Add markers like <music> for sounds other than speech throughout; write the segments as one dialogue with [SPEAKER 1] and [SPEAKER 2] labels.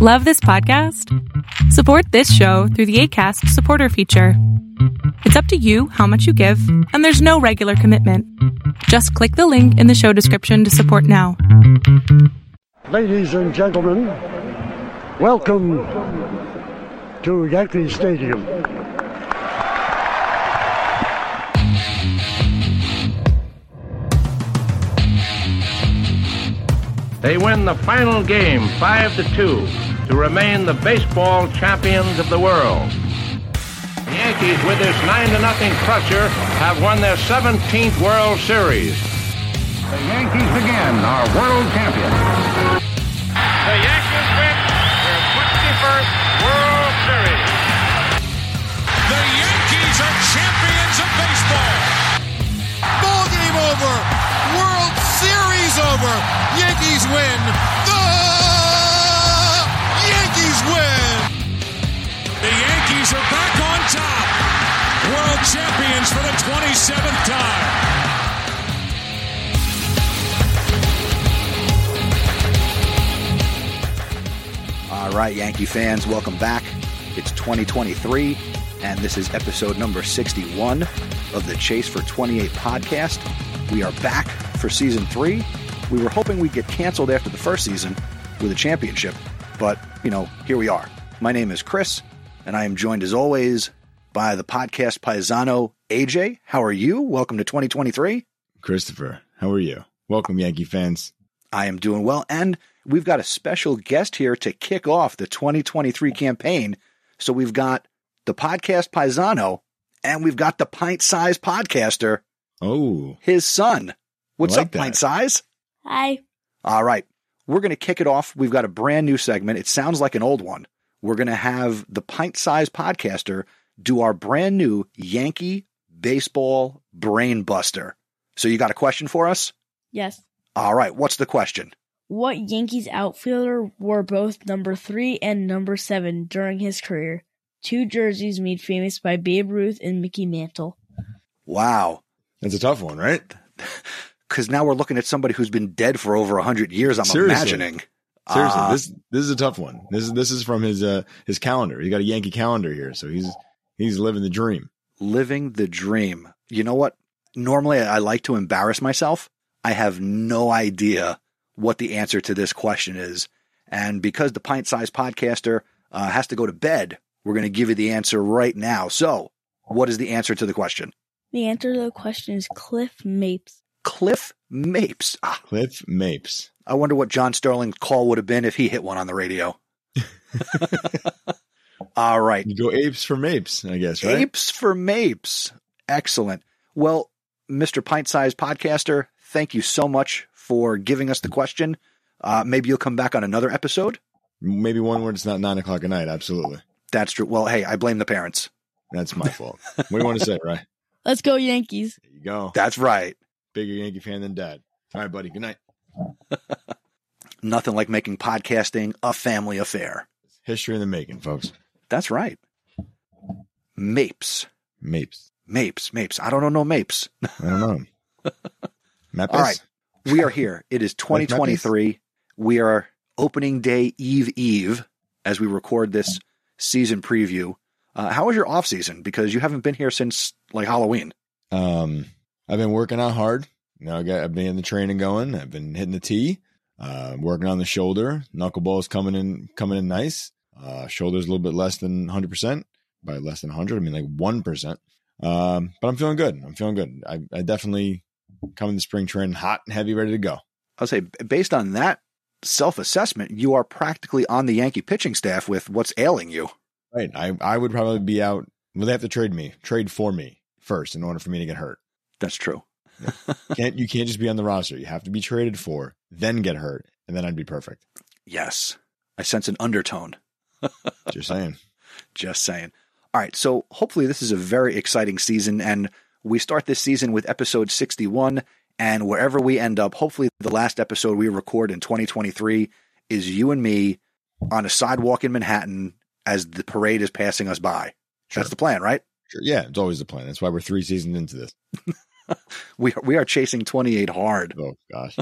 [SPEAKER 1] Love this podcast? Support this show through the ACAST supporter feature. It's up to you how much you give, and there's no regular commitment. Just click the link in the show description to support now.
[SPEAKER 2] Ladies and gentlemen, welcome to Yankee Stadium.
[SPEAKER 3] They win the final game 5 to 2 to remain the baseball champions of the world. The Yankees with this 9 to nothing crusher have won their 17th World Series. The Yankees again are world champions.
[SPEAKER 4] The Yankees win their 21st World Series. The Yankees are champions of baseball.
[SPEAKER 5] Ball game over. World Series over. Yankees win. The Yankees win.
[SPEAKER 4] The Yankees are back on top. World champions for the 27th time.
[SPEAKER 6] All right, Yankee fans, welcome back. It's 2023, and this is episode number 61 of the Chase for 28 podcast. We are back for season three. We were hoping we'd get canceled after the first season with a championship, but, you know, here we are. My name is Chris, and I am joined as always by the podcast paisano AJ. How are you? Welcome to 2023.
[SPEAKER 7] Christopher, how are you? Welcome, Yankee fans.
[SPEAKER 6] I am doing well. And we've got a special guest here to kick off the 2023 campaign. So we've got the podcast Paisano and we've got the pint size podcaster,
[SPEAKER 7] Oh,
[SPEAKER 6] his son. What's
[SPEAKER 7] like
[SPEAKER 6] up,
[SPEAKER 7] that.
[SPEAKER 6] pint size?
[SPEAKER 8] Hi.
[SPEAKER 6] All right. We're going to kick it off. We've got a brand new segment. It sounds like an old one. We're going to have the pint size podcaster do our brand new Yankee baseball brain buster. So you got a question for us?
[SPEAKER 8] Yes.
[SPEAKER 6] All right. What's the question?
[SPEAKER 8] What Yankees outfielder wore both number three and number seven during his career? Two jerseys made famous by Babe Ruth and Mickey Mantle.
[SPEAKER 6] Wow.
[SPEAKER 7] that's a tough one, right?
[SPEAKER 6] because now we're looking at somebody who's been dead for over 100 years, I'm
[SPEAKER 7] Seriously.
[SPEAKER 6] imagining.
[SPEAKER 7] Seriously,
[SPEAKER 6] Uh,
[SPEAKER 7] this this is a tough one. This is this is from his uh his calendar. He got a Yankee calendar here, so he's he's living the dream.
[SPEAKER 6] living the dream. You know what? Normally, I like to embarrass myself. I have no idea what the answer to this question is. And because the pint sized podcaster uh, has to go to bed, we're going to give you the answer right now. So, what is the answer to the question?
[SPEAKER 8] The answer to the question is Cliff Mapes.
[SPEAKER 6] Cliff Mapes. Ah,
[SPEAKER 7] Cliff Mapes.
[SPEAKER 6] I wonder what John Sterling's call would have been if he hit one on the radio. <laughs> All right.
[SPEAKER 7] You go apes for mapes, I guess, right?
[SPEAKER 6] Apes for Mapes. Excellent. Well, Mr. Pint Size Podcaster, thank you so much for giving us the question. Uh, maybe you'll come back on another episode.
[SPEAKER 7] Maybe one where it's not nine o'clock at night. Absolutely,
[SPEAKER 6] That's true. Well, hey, I blame the parents.
[SPEAKER 7] that's my fault. what do you want to say, <laughs> right?
[SPEAKER 8] Let's go, Yankees.
[SPEAKER 7] There you go.
[SPEAKER 6] That's right.
[SPEAKER 7] Bigger Yankee fan than dad. All right, buddy. Good night.
[SPEAKER 6] Nothing like making podcasting a family affair.
[SPEAKER 7] History in the making, folks.
[SPEAKER 6] That's right. Mapes.
[SPEAKER 7] Mapes.
[SPEAKER 6] Mapes. Mapes. I don't know Mapes.
[SPEAKER 7] I don't know.
[SPEAKER 6] <laughs>
[SPEAKER 7] Mapes.
[SPEAKER 6] All right. We are here. It <laughs> is
[SPEAKER 7] Like Mapes?
[SPEAKER 6] 2023. We are opening day Eve Eve as we record this season preview. Uh, how was your off season? Because you haven't been here since like Halloween.
[SPEAKER 7] Um, I've been working out hard. You know, I got, I've been in the training going. I've been hitting the tee, uh, working on the shoulder. Knuckleball's coming in, coming in nice. Uh, shoulder's a little bit less than 100%. By less than 100, I mean like 1%. Um, but I'm feeling good. I'm feeling good. I, I definitely come in the spring training hot and heavy, ready to go.
[SPEAKER 6] I'll say b- based on that self assessment, you are practically on the Yankee pitching staff with what's ailing you.
[SPEAKER 7] Right. I, I would probably be out. Well, they have to trade me, trade for me first in order for me to get hurt.
[SPEAKER 6] That's true.
[SPEAKER 7] Can't, you can't just be on the roster. You have to be traded for, then get hurt, and then I'd be perfect.
[SPEAKER 6] Yes. I sense an undertone.
[SPEAKER 7] Just saying.
[SPEAKER 6] Just saying. All right. So hopefully this is a very exciting season, and we start this season with episode 61. And wherever we end up, hopefully the last episode we record in 2023 is you and me on a sidewalk in Manhattan as the parade is passing us by.
[SPEAKER 7] Sure.
[SPEAKER 6] That's the plan, right?
[SPEAKER 7] Sure. Yeah, it's always the plan. That's why we're three seasons into this.
[SPEAKER 6] We we are chasing 28 hard. <laughs>
[SPEAKER 7] Oh gosh.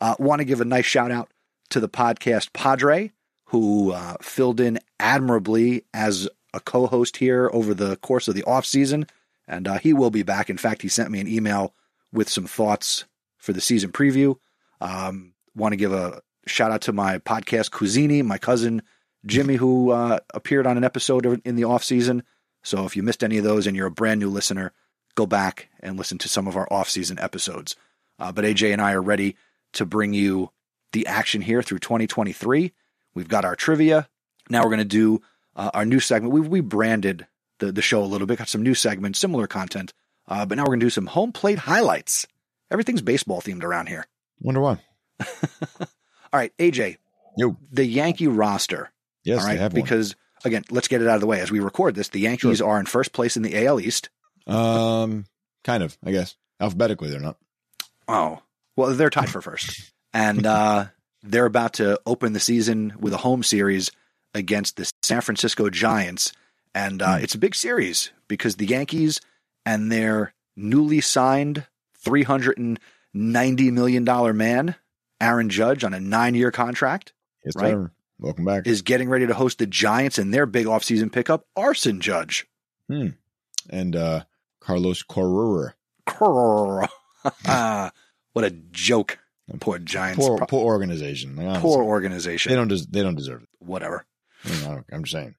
[SPEAKER 6] Uh, Want to give a nice shout out to the podcast Padre, who uh, filled in admirably as a co host here over the course of the offseason. And uh, he will be back. In fact, he sent me an email with some thoughts for the season preview. Um, Want to give a shout out to my podcast, Cuisini, my cousin Jimmy, who uh, appeared on an episode in the off season. So if you missed any of those and you're a brand new listener, go back and listen to some of our off season episodes. Uh, but AJ and I are ready to bring you the action here through 2023. We've got our trivia. Now we're going to do uh, our new segment. We we branded the the show a little bit, got some new segments, similar content, uh, but now we're going to do some home plate highlights. Everything's baseball themed around here.
[SPEAKER 7] Wonder why.
[SPEAKER 6] All right, AJ,
[SPEAKER 7] Yo.
[SPEAKER 6] the Yankee roster.
[SPEAKER 7] Yes,
[SPEAKER 6] all
[SPEAKER 7] I
[SPEAKER 6] right,
[SPEAKER 7] have one.
[SPEAKER 6] because again, let's get it out of the way as we record this. The Yankees are in first place in the AL East.
[SPEAKER 7] Um, kind of, I guess. Alphabetically, they're not.
[SPEAKER 6] Oh, well, they're tied for first,
[SPEAKER 7] <laughs>
[SPEAKER 6] and uh, they're about to open the season with a home series against the San Francisco Giants, and
[SPEAKER 7] Hmm.
[SPEAKER 6] uh, it's a big series because the Yankees and their newly signed three hundred and ninety million dollar man, Aaron Judge, on a nine-year contract,
[SPEAKER 7] Yes,
[SPEAKER 6] Right.
[SPEAKER 7] sir. Welcome back.
[SPEAKER 6] is getting ready to host the Giants in their big offseason pickup, Arson Judge.
[SPEAKER 7] and uh, Carlos Correa.
[SPEAKER 6] Grrr. <laughs> what a joke! Poor Giants,
[SPEAKER 7] Poor,
[SPEAKER 6] Pro-
[SPEAKER 7] poor organization. Like, honestly,
[SPEAKER 6] poor organization.
[SPEAKER 7] They don't. Des- they don't deserve it.
[SPEAKER 6] whatever.
[SPEAKER 7] I mean, I don't, I'm just saying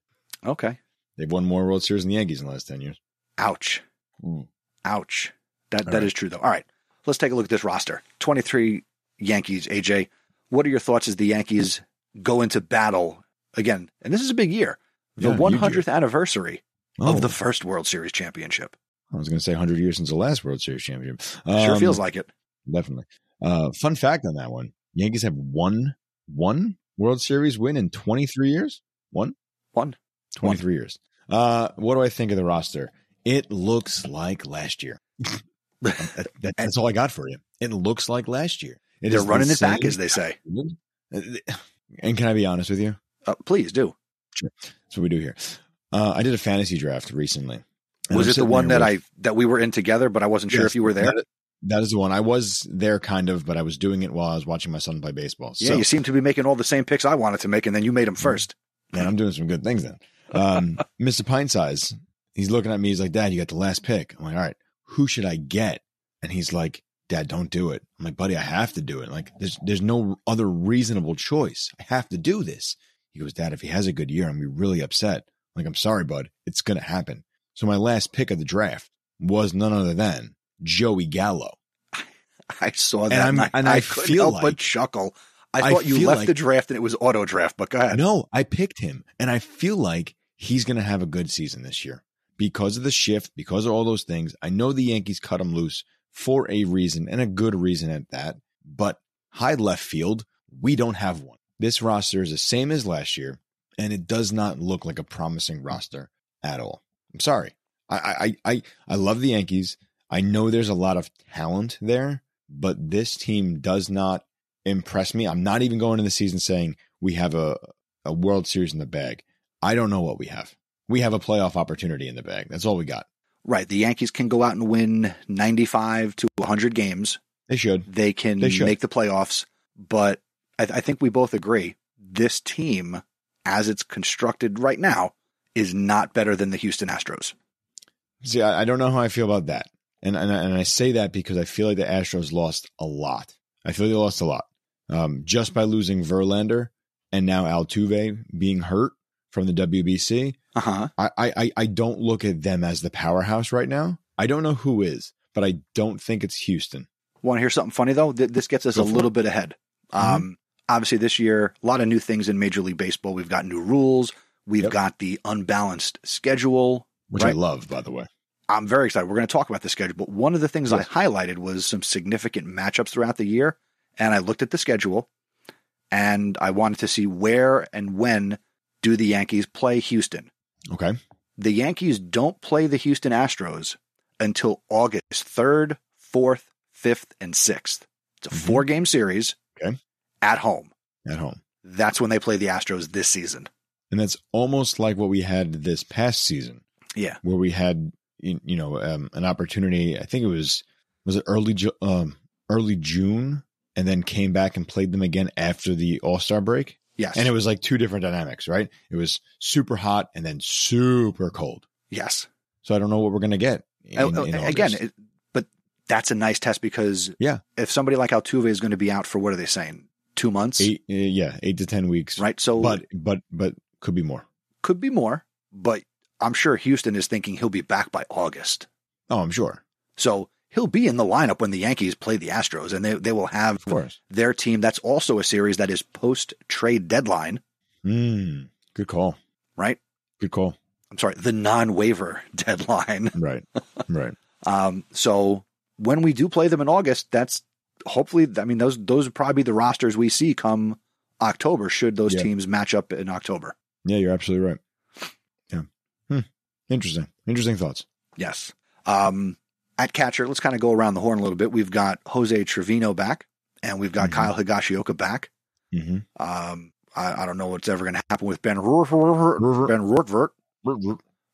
[SPEAKER 6] Okay.
[SPEAKER 7] they've won more World Series than the Yankees in the last ten years.
[SPEAKER 6] Ouch. Hmm.
[SPEAKER 7] Mm.
[SPEAKER 6] Ouch. That that
[SPEAKER 7] All
[SPEAKER 6] is
[SPEAKER 7] right.
[SPEAKER 6] true though. All right. Let's take a look at this roster. 23 Yankees, AJ. What are your thoughts as the Yankees go into battle again? And this is a big year. The
[SPEAKER 7] Yeah, huge
[SPEAKER 6] 100th
[SPEAKER 7] year.
[SPEAKER 6] anniversary
[SPEAKER 7] Oh.
[SPEAKER 6] of the first World Series championship.
[SPEAKER 7] I was going to say 100 years since the last World Series championship.
[SPEAKER 6] Sure
[SPEAKER 7] Um,
[SPEAKER 6] feels like it.
[SPEAKER 7] definitely. Uh, fun fact on that one: Yankees have one one World Series win in 23 years. One,
[SPEAKER 6] One.
[SPEAKER 7] 23 years. Uh, what do I think of the roster? It looks like
[SPEAKER 6] <laughs>
[SPEAKER 7] last year. Um, That- that- that's all I got for you. It looks like last year. It
[SPEAKER 6] They're
[SPEAKER 7] is the
[SPEAKER 6] running it back
[SPEAKER 7] same-
[SPEAKER 6] as they say.
[SPEAKER 7] And can I be honest with you?
[SPEAKER 6] Uh, please do.
[SPEAKER 7] That's what we do here. Uh, I did a fantasy draft recently. And
[SPEAKER 6] Was
[SPEAKER 7] I'm
[SPEAKER 6] it the
[SPEAKER 7] sitting
[SPEAKER 6] one
[SPEAKER 7] there
[SPEAKER 6] that
[SPEAKER 7] with-
[SPEAKER 6] I that we were in together but I wasn't sure
[SPEAKER 7] Yes,
[SPEAKER 6] if you were there?
[SPEAKER 7] That, that is the one. I was there kind of, but I was doing it while I was watching my son play baseball.
[SPEAKER 6] yeah,
[SPEAKER 7] so,
[SPEAKER 6] you seem to be making all the same picks I wanted to make and then you made them first. <laughs>
[SPEAKER 7] man, I'm doing some good things then. Um, Mr. Pine Size, he's looking at me. He's like, Dad, you got the last pick. I'm like, All right, who should I get? And he's like, Dad, don't do it. I'm like, Buddy, I have to do it. Like, there's there's no other reasonable choice. I have to do this. He goes, Dad, if he has a good year, I'm gonna be really upset. I'm like, I'm sorry, bud. It's gonna happen. So my last pick of the draft was none other than Joey Gallo.
[SPEAKER 6] I saw that.
[SPEAKER 7] And I'm-
[SPEAKER 6] and I,
[SPEAKER 7] and
[SPEAKER 6] I
[SPEAKER 7] I
[SPEAKER 6] couldn't
[SPEAKER 7] feel
[SPEAKER 6] help but
[SPEAKER 7] like-
[SPEAKER 6] chuckle. I
[SPEAKER 7] I
[SPEAKER 6] thought you
[SPEAKER 7] feel
[SPEAKER 6] left
[SPEAKER 7] like-
[SPEAKER 6] the draft and it was auto draft, but go ahead.
[SPEAKER 7] No, I picked him, and I feel like he's going to have a good season this year because of the shift, because of all those things. I know the Yankees cut him loose for a reason and a good reason at that, but high left field, we don't have one. This roster is the same as last year, and it does not look like a promising roster at all. I'm sorry. I I I, I love the Yankees. I know there's a lot of talent there, but this team does not impress me. I'm not even going into the season saying we have a, a World Series in the bag. I don't know what we have. We have a playoff opportunity in the bag. That's all we got.
[SPEAKER 6] Right. The Yankees can go out and win 95 to 100 games.
[SPEAKER 7] They should.
[SPEAKER 6] They can
[SPEAKER 7] They should.
[SPEAKER 6] make the playoffs. But I, I think we both agree this team, as it's constructed right now, is not better than the Houston Astros.
[SPEAKER 7] See, I, I don't know how I feel about that. And, and I- and I say that because I feel like the Astros lost a lot. I feel they lost a lot um, just by losing Verlander and now Altuve being hurt from the WBC.
[SPEAKER 6] Uh huh.
[SPEAKER 7] I, I, I- I don't look at them as the powerhouse right now. I don't know who is, but I don't think it's Houston.
[SPEAKER 6] Want to hear something funny though? Th- This gets us
[SPEAKER 7] Go
[SPEAKER 6] a
[SPEAKER 7] for
[SPEAKER 6] little
[SPEAKER 7] it. Mm-hmm.
[SPEAKER 6] bit ahead. Um, obviously, this year, a lot of new things in Major League Baseball. We've got new rules. We've
[SPEAKER 7] Yep.
[SPEAKER 6] got the unbalanced schedule.
[SPEAKER 7] Which I
[SPEAKER 6] Right.
[SPEAKER 7] love, by the way.
[SPEAKER 6] I'm very excited. We're going to talk about the schedule, but one of the things I highlighted was some significant matchups throughout the year. And I looked at the schedule and I wanted to see where and when do the Yankees play Houston.
[SPEAKER 7] Okay.
[SPEAKER 6] The Yankees don't play the Houston Astros until August 3rd, 4th, 5th, and 6th. It's a
[SPEAKER 7] Mhm.
[SPEAKER 6] four game series
[SPEAKER 7] Okay.
[SPEAKER 6] at home.
[SPEAKER 7] At home.
[SPEAKER 6] That's when they play the Astros this season.
[SPEAKER 7] And that's almost like what we had this past season,
[SPEAKER 6] Yeah.
[SPEAKER 7] where we had you you know um, an opportunity. I think it was was it early Ju- um, early June, and then came back and played them again after the All Star break.
[SPEAKER 6] Yes.
[SPEAKER 7] And it was like two different dynamics, right? It was super hot and then super cold.
[SPEAKER 6] yes.
[SPEAKER 7] So I don't know what we're going to get. in-
[SPEAKER 6] Uh,
[SPEAKER 7] in
[SPEAKER 6] uh,
[SPEAKER 7] August.
[SPEAKER 6] again, it, but that's a nice test because
[SPEAKER 7] Yeah.
[SPEAKER 6] if somebody like Altuve is going to be out for what are they saying? Two months,
[SPEAKER 7] eight, uh, yeah, eight to 10 weeks.
[SPEAKER 6] right? So
[SPEAKER 7] But, but, but could be more.
[SPEAKER 6] could be more, but I'm sure Houston is thinking he'll be back by August.
[SPEAKER 7] Oh, I'm sure.
[SPEAKER 6] So he'll be in the lineup when the Yankees play the Astros and they, they will have
[SPEAKER 7] Of course.
[SPEAKER 6] their team. That's also a series that is post trade deadline,
[SPEAKER 7] Mm, good call.
[SPEAKER 6] right?
[SPEAKER 7] Good call.
[SPEAKER 6] I'm sorry, the non waiver <laughs> deadline. <laughs>
[SPEAKER 7] Right. right.
[SPEAKER 6] Um, so when we do play them in August, that's hopefully, I mean, those, those would probably be the rosters we see come October should those
[SPEAKER 7] Yeah.
[SPEAKER 6] teams match up in October.
[SPEAKER 7] Yeah, you're absolutely right. Yeah. Hmm. Interesting. Interesting thoughts.
[SPEAKER 6] Yes. Um, at catcher, let's kind of go around the horn a little bit. We've got Jose Trevino back and we've got
[SPEAKER 7] Mhm.
[SPEAKER 6] Kyle Higashioka back.
[SPEAKER 7] Mm-hmm.
[SPEAKER 6] Um, I, I don't know what's ever going to happen with Ben Roethlisberger. Ben Roethlisberger.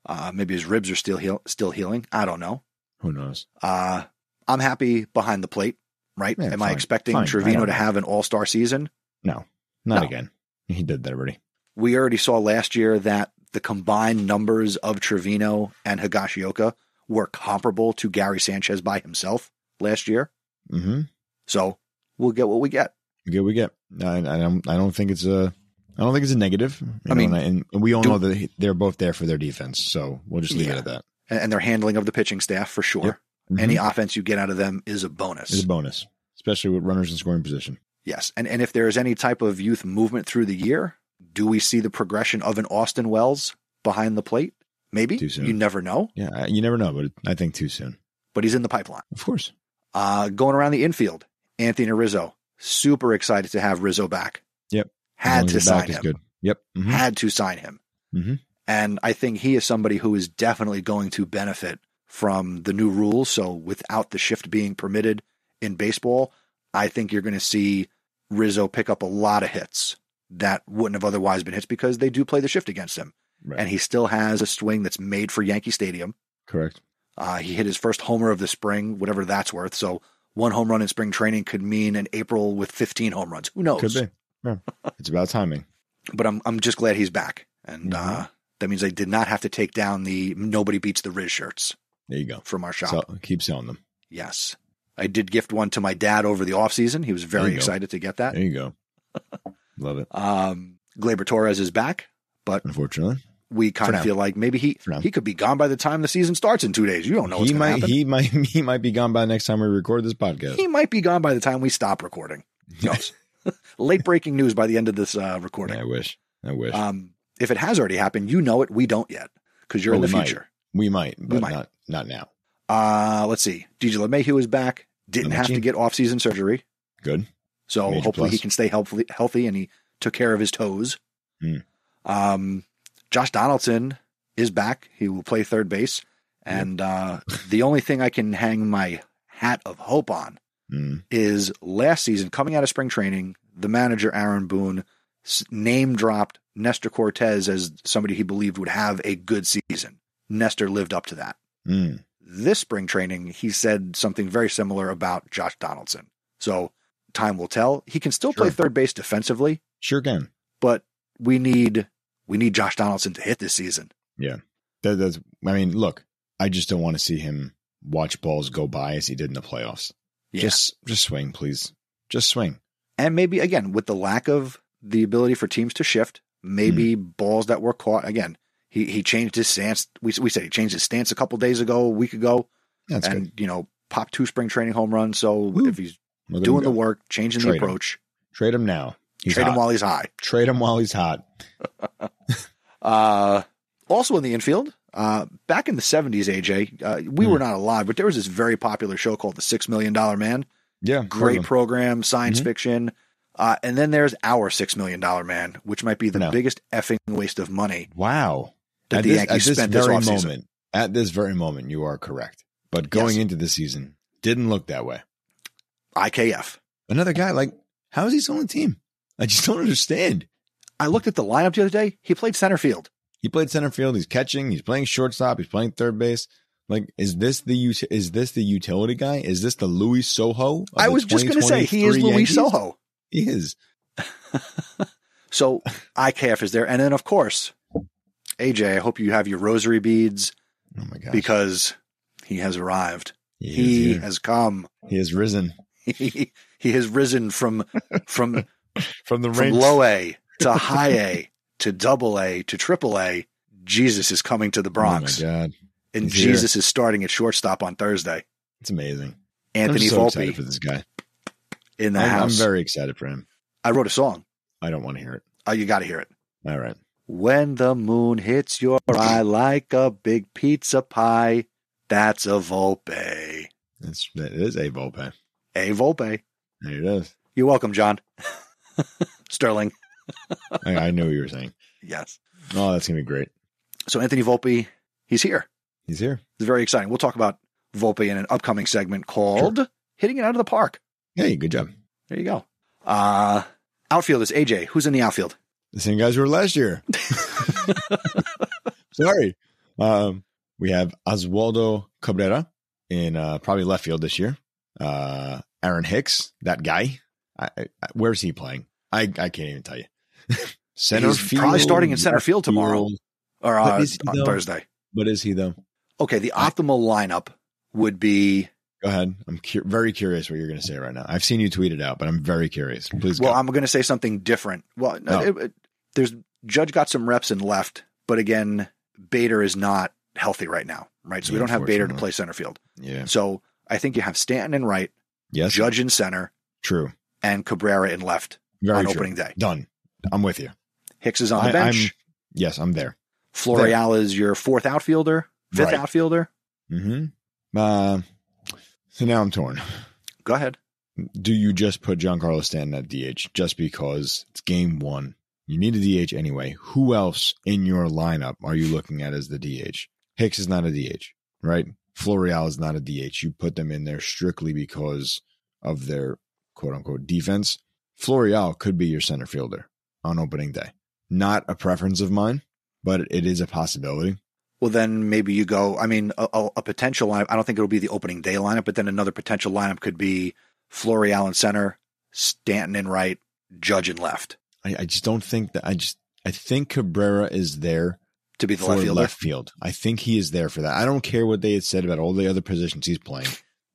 [SPEAKER 6] Uh, maybe his ribs are still heal- still healing. I don't know.
[SPEAKER 7] Who knows?
[SPEAKER 6] Uh, I'm happy behind the plate, right?
[SPEAKER 7] Yeah,
[SPEAKER 6] Am I
[SPEAKER 7] fine,
[SPEAKER 6] expecting
[SPEAKER 7] fine, I
[SPEAKER 6] Trevino
[SPEAKER 7] don't
[SPEAKER 6] to
[SPEAKER 7] know.
[SPEAKER 6] have an All Star season?
[SPEAKER 7] No, not
[SPEAKER 6] No.
[SPEAKER 7] again. He did that already.
[SPEAKER 6] We already saw last year that the combined numbers of Trevino and Higashioka were comparable to Gary Sanchez by himself last year.
[SPEAKER 7] Mm-hmm.
[SPEAKER 6] So we'll get what we get.
[SPEAKER 7] We get, we get. I, I don't. I don't think it's a. I don't think it's a negative. you
[SPEAKER 6] I mean,
[SPEAKER 7] and, and, we all
[SPEAKER 6] do-
[SPEAKER 7] know that he- they're both there for their defense. So we'll just leave
[SPEAKER 6] Yeah.
[SPEAKER 7] it at that.
[SPEAKER 6] And, and their handling of the pitching staff for sure.
[SPEAKER 7] Yep. Mhm.
[SPEAKER 6] Any offense you get out of them is a bonus.
[SPEAKER 7] it's a bonus, especially with runners in scoring position.
[SPEAKER 6] Yes. And and if there is any type of youth movement through the year, do we see the progression of an Austin Wells behind the plate? Maybe.
[SPEAKER 7] Too soon.
[SPEAKER 6] You never know,
[SPEAKER 7] Yeah, I- you never know, but I think too soon.
[SPEAKER 6] but he's in the pipeline.
[SPEAKER 7] Of course.
[SPEAKER 6] Uh, going around the infield, Anthony Rizzo. Super excited to have Rizzo back.
[SPEAKER 7] Yep. As long
[SPEAKER 6] Had
[SPEAKER 7] as
[SPEAKER 6] to
[SPEAKER 7] the back
[SPEAKER 6] sign
[SPEAKER 7] is
[SPEAKER 6] him.
[SPEAKER 7] Good. Yep. Mhm.
[SPEAKER 6] Had to sign him.
[SPEAKER 7] Mhm.
[SPEAKER 6] And I think he is somebody who is definitely going to benefit from the new rules. So without the shift being permitted in baseball, I think you're going to see Rizzo pick up a lot of hits that wouldn't have otherwise been hits because they do play the shift against him.
[SPEAKER 7] Right.
[SPEAKER 6] And he still has a swing that's made for Yankee Stadium.
[SPEAKER 7] Correct.
[SPEAKER 6] Uh, he hit his first homer of the spring, whatever that's worth. So one home run in spring training could mean an April with 15 home runs. Who knows?
[SPEAKER 7] Could be.
[SPEAKER 6] <laughs>
[SPEAKER 7] Yeah. it's about timing.
[SPEAKER 6] but I'm I'm just glad he's back,
[SPEAKER 7] Mm-hmm.
[SPEAKER 6] and uh, that means I did not have to take down the nobody beats the Riz shirts
[SPEAKER 7] There you go.
[SPEAKER 6] from our shop.
[SPEAKER 7] So keep selling them.
[SPEAKER 6] yes, I did gift one to my dad over the off season. He was
[SPEAKER 7] There
[SPEAKER 6] very
[SPEAKER 7] you go.
[SPEAKER 6] excited to get that.
[SPEAKER 7] There you go. Love it.
[SPEAKER 6] Um, Glaber Torres is back, but
[SPEAKER 7] Unfortunately,
[SPEAKER 6] we kind
[SPEAKER 7] For
[SPEAKER 6] of
[SPEAKER 7] now.
[SPEAKER 6] feel like maybe he
[SPEAKER 7] For now.
[SPEAKER 6] he could be gone by the time the season starts in two days. You don't know what's
[SPEAKER 7] he
[SPEAKER 6] going to
[SPEAKER 7] might.
[SPEAKER 6] happen.
[SPEAKER 7] He might. <laughs> He might be gone by next time we record this podcast.
[SPEAKER 6] He might be gone by the time we stop recording. Who
[SPEAKER 7] <laughs>
[SPEAKER 6] knows? Late breaking news by the end of this uh,
[SPEAKER 7] I
[SPEAKER 6] recording.
[SPEAKER 7] wish. I wish.
[SPEAKER 6] Um, if it has already happened, you know it. We don't yet because you're
[SPEAKER 7] Well,
[SPEAKER 6] in the
[SPEAKER 7] we might.
[SPEAKER 6] future.
[SPEAKER 7] we might, but
[SPEAKER 6] might.
[SPEAKER 7] not not now.
[SPEAKER 6] Uh, let's see. DJ LeMahieu is back. Didn't have to
[SPEAKER 7] Imagine.
[SPEAKER 6] get off-season surgery,
[SPEAKER 7] Good.
[SPEAKER 6] so
[SPEAKER 7] Major
[SPEAKER 6] hopefully he
[SPEAKER 7] plus.
[SPEAKER 6] can stay healthy, healthy, and he took care of his toes.
[SPEAKER 7] Hmm.
[SPEAKER 6] Um, Josh Donaldson is back. He will play third base, and uh, the only thing I can hang my hat of hope on
[SPEAKER 7] Mm.
[SPEAKER 6] is last season, coming out of spring training, the manager Aaron Boone s- name dropped Nestor Cortez as somebody he believed would have a good season. Nestor lived up to that
[SPEAKER 7] Mm.
[SPEAKER 6] this spring training, he said something very similar about Josh Donaldson. So time will tell. He can still play
[SPEAKER 7] Sure.
[SPEAKER 6] third base defensively,
[SPEAKER 7] Sure can.
[SPEAKER 6] but we need we need Josh Donaldson to hit this season.
[SPEAKER 7] That, that's. I mean, look. I just don't want to see him watch balls go by as he did in the playoffs.
[SPEAKER 6] Yeah.
[SPEAKER 7] Just just swing, please. Just swing.
[SPEAKER 6] and maybe again with the lack of the ability for teams to shift, maybe
[SPEAKER 7] Hmm.
[SPEAKER 6] balls that were caught again. He he changed his stance. We we said he changed his stance a couple days ago, a week ago,
[SPEAKER 7] That's
[SPEAKER 6] and
[SPEAKER 7] good.
[SPEAKER 6] you know popped two spring training home runs. So
[SPEAKER 7] Woo.
[SPEAKER 6] if he's
[SPEAKER 7] Look at him
[SPEAKER 6] doing the
[SPEAKER 7] go.
[SPEAKER 6] work, changing
[SPEAKER 7] Trade
[SPEAKER 6] the
[SPEAKER 7] him.
[SPEAKER 6] approach,
[SPEAKER 7] Trade him now. He's
[SPEAKER 6] trade him
[SPEAKER 7] hot.
[SPEAKER 6] while he's high.
[SPEAKER 7] Trade him while he's hot.
[SPEAKER 6] Uh, also in the infield, uh, back in the 70s, AJ, uh, we
[SPEAKER 7] Hmm.
[SPEAKER 6] were not alive, but there was this very popular show called The Six Million Dollar Man.
[SPEAKER 7] Yeah.
[SPEAKER 6] Great
[SPEAKER 7] love him.
[SPEAKER 6] program, science
[SPEAKER 7] Mhm.
[SPEAKER 6] fiction. Uh, and then there's Our Six Million Dollar Man, which might be the
[SPEAKER 7] No.
[SPEAKER 6] biggest effing waste of money
[SPEAKER 7] Wow.
[SPEAKER 6] that the Yankees spent this
[SPEAKER 7] very
[SPEAKER 6] offseason.
[SPEAKER 7] moment, at this very moment, you are correct. But going
[SPEAKER 6] Yes.
[SPEAKER 7] into the season, didn't look that way.
[SPEAKER 6] IKF.
[SPEAKER 7] Another guy, like, how is he still on the team? I just <laughs> don't understand.
[SPEAKER 6] I looked at the lineup the other day. He played center field.
[SPEAKER 7] He played center field. He's catching. He's playing shortstop. He's playing third base. Like, is this the ut- is this the utility guy? Is this the Louis Soho? of
[SPEAKER 6] I
[SPEAKER 7] the
[SPEAKER 6] was just going to say he is
[SPEAKER 7] 2023
[SPEAKER 6] Luis
[SPEAKER 7] Yankees?
[SPEAKER 6] Soho.
[SPEAKER 7] He is. <laughs>
[SPEAKER 6] So ICAF is there. And then, of course, AJ, I hope you have your rosary beads
[SPEAKER 7] Oh my gosh.
[SPEAKER 6] because he has arrived.
[SPEAKER 7] he, is
[SPEAKER 6] he
[SPEAKER 7] here.
[SPEAKER 6] has come.
[SPEAKER 7] he has risen
[SPEAKER 6] <laughs> he has risen from
[SPEAKER 7] <laughs>
[SPEAKER 6] from
[SPEAKER 7] from the
[SPEAKER 6] from
[SPEAKER 7] ranks.
[SPEAKER 6] low A to high A to double A to triple A. Jesus is coming to the Bronx,
[SPEAKER 7] Oh my god,
[SPEAKER 6] and
[SPEAKER 7] he's here.
[SPEAKER 6] Jesus is starting at shortstop on Thursday.
[SPEAKER 7] it's amazing.
[SPEAKER 6] Anthony
[SPEAKER 7] I'm so excited for
[SPEAKER 6] Volpe
[SPEAKER 7] this guy.
[SPEAKER 6] in the
[SPEAKER 7] I'm, I'm
[SPEAKER 6] house.
[SPEAKER 7] very excited for him.
[SPEAKER 6] I wrote a song.
[SPEAKER 7] I don't want to hear it.
[SPEAKER 6] Oh, you got to hear it.
[SPEAKER 7] All right.
[SPEAKER 6] When the moon hits your eye like a big pizza pie, that's a Volpe.
[SPEAKER 7] It's, it is a Volpe.
[SPEAKER 6] A Volpe.
[SPEAKER 7] There it is.
[SPEAKER 6] You're welcome, John. <laughs> Sterling.
[SPEAKER 7] I, I knew what you
[SPEAKER 6] <laughs>
[SPEAKER 7] were saying.
[SPEAKER 6] Yes.
[SPEAKER 7] Oh, that's going to be great.
[SPEAKER 6] So Anthony Volpe, he's here.
[SPEAKER 7] He's here.
[SPEAKER 6] It's very exciting. We'll talk about Volpe in an upcoming segment called Hitting It Out of the Park.
[SPEAKER 7] Hey, good job.
[SPEAKER 6] There you go. Uh outfield is AJ. Who's in the outfield?
[SPEAKER 7] The same guys we were
[SPEAKER 6] <laughs>
[SPEAKER 7] last year. Sorry. Um, we have Oswaldo Cabrera in uh, probably left field this year. Uh, Aaron Hicks, that guy. I, I, I- where's he playing? I, I can't even tell you. <laughs> center
[SPEAKER 6] He's probably starting in center
[SPEAKER 7] left
[SPEAKER 6] field tomorrow. Or
[SPEAKER 7] But
[SPEAKER 6] uh,
[SPEAKER 7] is he
[SPEAKER 6] on
[SPEAKER 7] though?
[SPEAKER 6] Thursday.
[SPEAKER 7] But is he though?
[SPEAKER 6] Okay, the optimal lineup would be
[SPEAKER 7] Go ahead. I'm cu- very curious what you're going to say right now. I've seen you tweet it out, but I'm very curious. Please.
[SPEAKER 6] Well,
[SPEAKER 7] go.
[SPEAKER 6] I'm going to say something different. Well, no,
[SPEAKER 7] Oh.
[SPEAKER 6] it, it- there's Judge got some reps and left, but again, Bader is not healthy right now, right? So we
[SPEAKER 7] Yeah,
[SPEAKER 6] don't have Bader to
[SPEAKER 7] unfortunately.
[SPEAKER 6] play center field.
[SPEAKER 7] yeah.
[SPEAKER 6] So I think you have Stanton in right,
[SPEAKER 7] Yes.
[SPEAKER 6] Judge in center,
[SPEAKER 7] True.
[SPEAKER 6] and Cabrera in left
[SPEAKER 7] Very
[SPEAKER 6] on
[SPEAKER 7] true.
[SPEAKER 6] opening day.
[SPEAKER 7] Done. I'm with you.
[SPEAKER 6] Hicks is on the
[SPEAKER 7] I-
[SPEAKER 6] bench.
[SPEAKER 7] I'm, yes, I'm there.
[SPEAKER 6] Floreal is your fourth outfielder, fifth
[SPEAKER 7] Right.
[SPEAKER 6] outfielder.
[SPEAKER 7] Mm-hmm. Uh, so now I'm torn.
[SPEAKER 6] Go ahead.
[SPEAKER 7] Do you just put Giancarlo Stanton at DH just because it's game one? You need a DH anyway. Who else in your lineup are you looking at as the DH? Hicks is not a DH, right? Floreal is not a DH. You put them in there strictly because of their quote unquote defense. Floreal could be your center fielder on opening day. Not a preference of mine, but it is a possibility.
[SPEAKER 6] Well, then maybe you go. I mean, a, a, a potential lineup. I don't think it'll be the opening day lineup, but then another potential lineup could be Floreal in center, Stanton in right, Judge in left.
[SPEAKER 7] I, I just don't think that I just I think Cabrera is there
[SPEAKER 6] to be the
[SPEAKER 7] for
[SPEAKER 6] left fielder.
[SPEAKER 7] field. I think he is there for that. I don't care what they had said about all the other positions he's playing.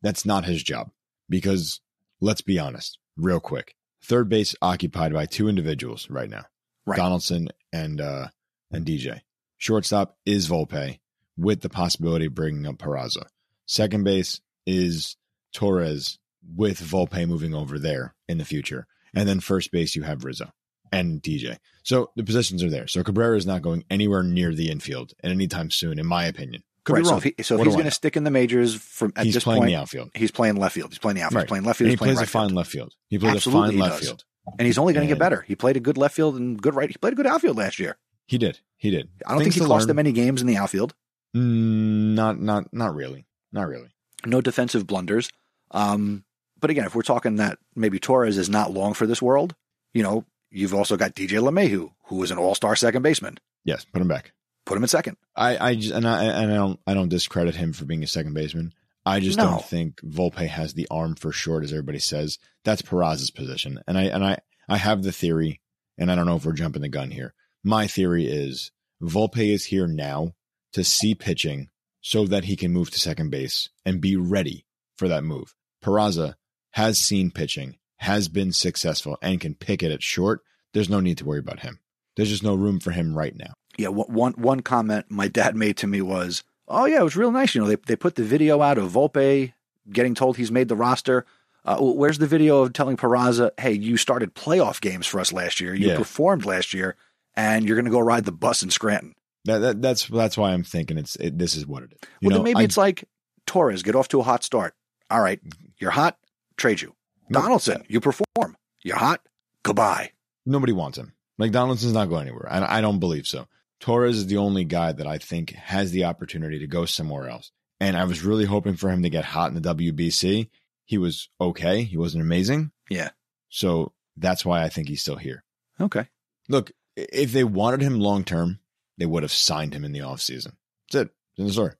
[SPEAKER 7] That's not his job because let's be honest, real quick. Third base occupied by two individuals right now,
[SPEAKER 6] Right.
[SPEAKER 7] Donaldson and uh, and DJ. Shortstop is Volpe with the possibility of bringing up Peraza. Second base is Torres with Volpe moving over there in the future, and then first base you have Rizzo and DJ. So the positions are there. So Cabrera is not going anywhere near the infield at any time soon, in my opinion. Could
[SPEAKER 6] right.
[SPEAKER 7] be
[SPEAKER 6] So
[SPEAKER 7] wrong.
[SPEAKER 6] if, he, so if
[SPEAKER 7] What
[SPEAKER 6] he's
[SPEAKER 7] do I
[SPEAKER 6] going to stick in the majors from
[SPEAKER 7] know?
[SPEAKER 6] at
[SPEAKER 7] he's
[SPEAKER 6] this
[SPEAKER 7] playing
[SPEAKER 6] point,
[SPEAKER 7] the outfield.
[SPEAKER 6] he's playing left field. He's playing the outfield.
[SPEAKER 7] Right.
[SPEAKER 6] He's playing left field.
[SPEAKER 7] And he
[SPEAKER 6] He's playing
[SPEAKER 7] plays
[SPEAKER 6] right
[SPEAKER 7] a fine
[SPEAKER 6] field.
[SPEAKER 7] left field. He plays
[SPEAKER 6] Absolutely
[SPEAKER 7] a fine
[SPEAKER 6] he
[SPEAKER 7] left
[SPEAKER 6] does.
[SPEAKER 7] field.
[SPEAKER 6] And he's only going to get
[SPEAKER 7] And-
[SPEAKER 6] better. He played a good left field and good right. He played a good outfield last year.
[SPEAKER 7] He did. He did.
[SPEAKER 6] I don't think he lost them any games in the outfield.
[SPEAKER 7] Mm, not not not really. Not really.
[SPEAKER 6] No defensive blunders. Um, but again, if we're talking that maybe Torres is not long for this world, you know, you've also got DJ LeMahieu, who is an all-star second baseman.
[SPEAKER 7] Yes, put him back.
[SPEAKER 6] Put him in second.
[SPEAKER 7] I, I just, and I and I don't I don't discredit him for being a second baseman. I just
[SPEAKER 6] No.
[SPEAKER 7] don't think Volpe has the arm for short, as everybody says. That's Peraza's position, and I and I I have the theory, and I don't know if we're jumping the gun here. My theory is Volpe is here now to see pitching so that he can move to second base and be ready for that move. Peraza has seen pitching, has been successful, and can pick it at short. There's no need to worry about him. There's just no room for him right now.
[SPEAKER 6] yeah one- one one comment my dad <laughs> made to me was oh yeah it was real nice you know they, they put the video out of volpe getting told he's made the roster uh, well, where's the video of telling Peraza, hey you started playoff games for us last year you
[SPEAKER 7] Yeah.
[SPEAKER 6] performed last year and you're going to go ride the bus in scranton
[SPEAKER 7] That, that that's that's why I'm thinking it's it, this is what it is. You
[SPEAKER 6] well
[SPEAKER 7] know,
[SPEAKER 6] then maybe
[SPEAKER 7] I-
[SPEAKER 6] it's like torres get off to a hot start all right you're hot trade you
[SPEAKER 7] No.
[SPEAKER 6] donaldson you perform you're hot goodbye
[SPEAKER 7] nobody wants him. Like Donaldson's not going anywhere. I, I don't believe so. Torres is the only guy that I think has the opportunity to go somewhere else. And I was really hoping for him to get hot in the WBC. He was okay. He wasn't amazing.
[SPEAKER 6] Yeah.
[SPEAKER 7] So that's why I think he's still here.
[SPEAKER 6] okay
[SPEAKER 7] Look, i- if they wanted him long term, they would have signed him in the offseason. That's it. It's in the story.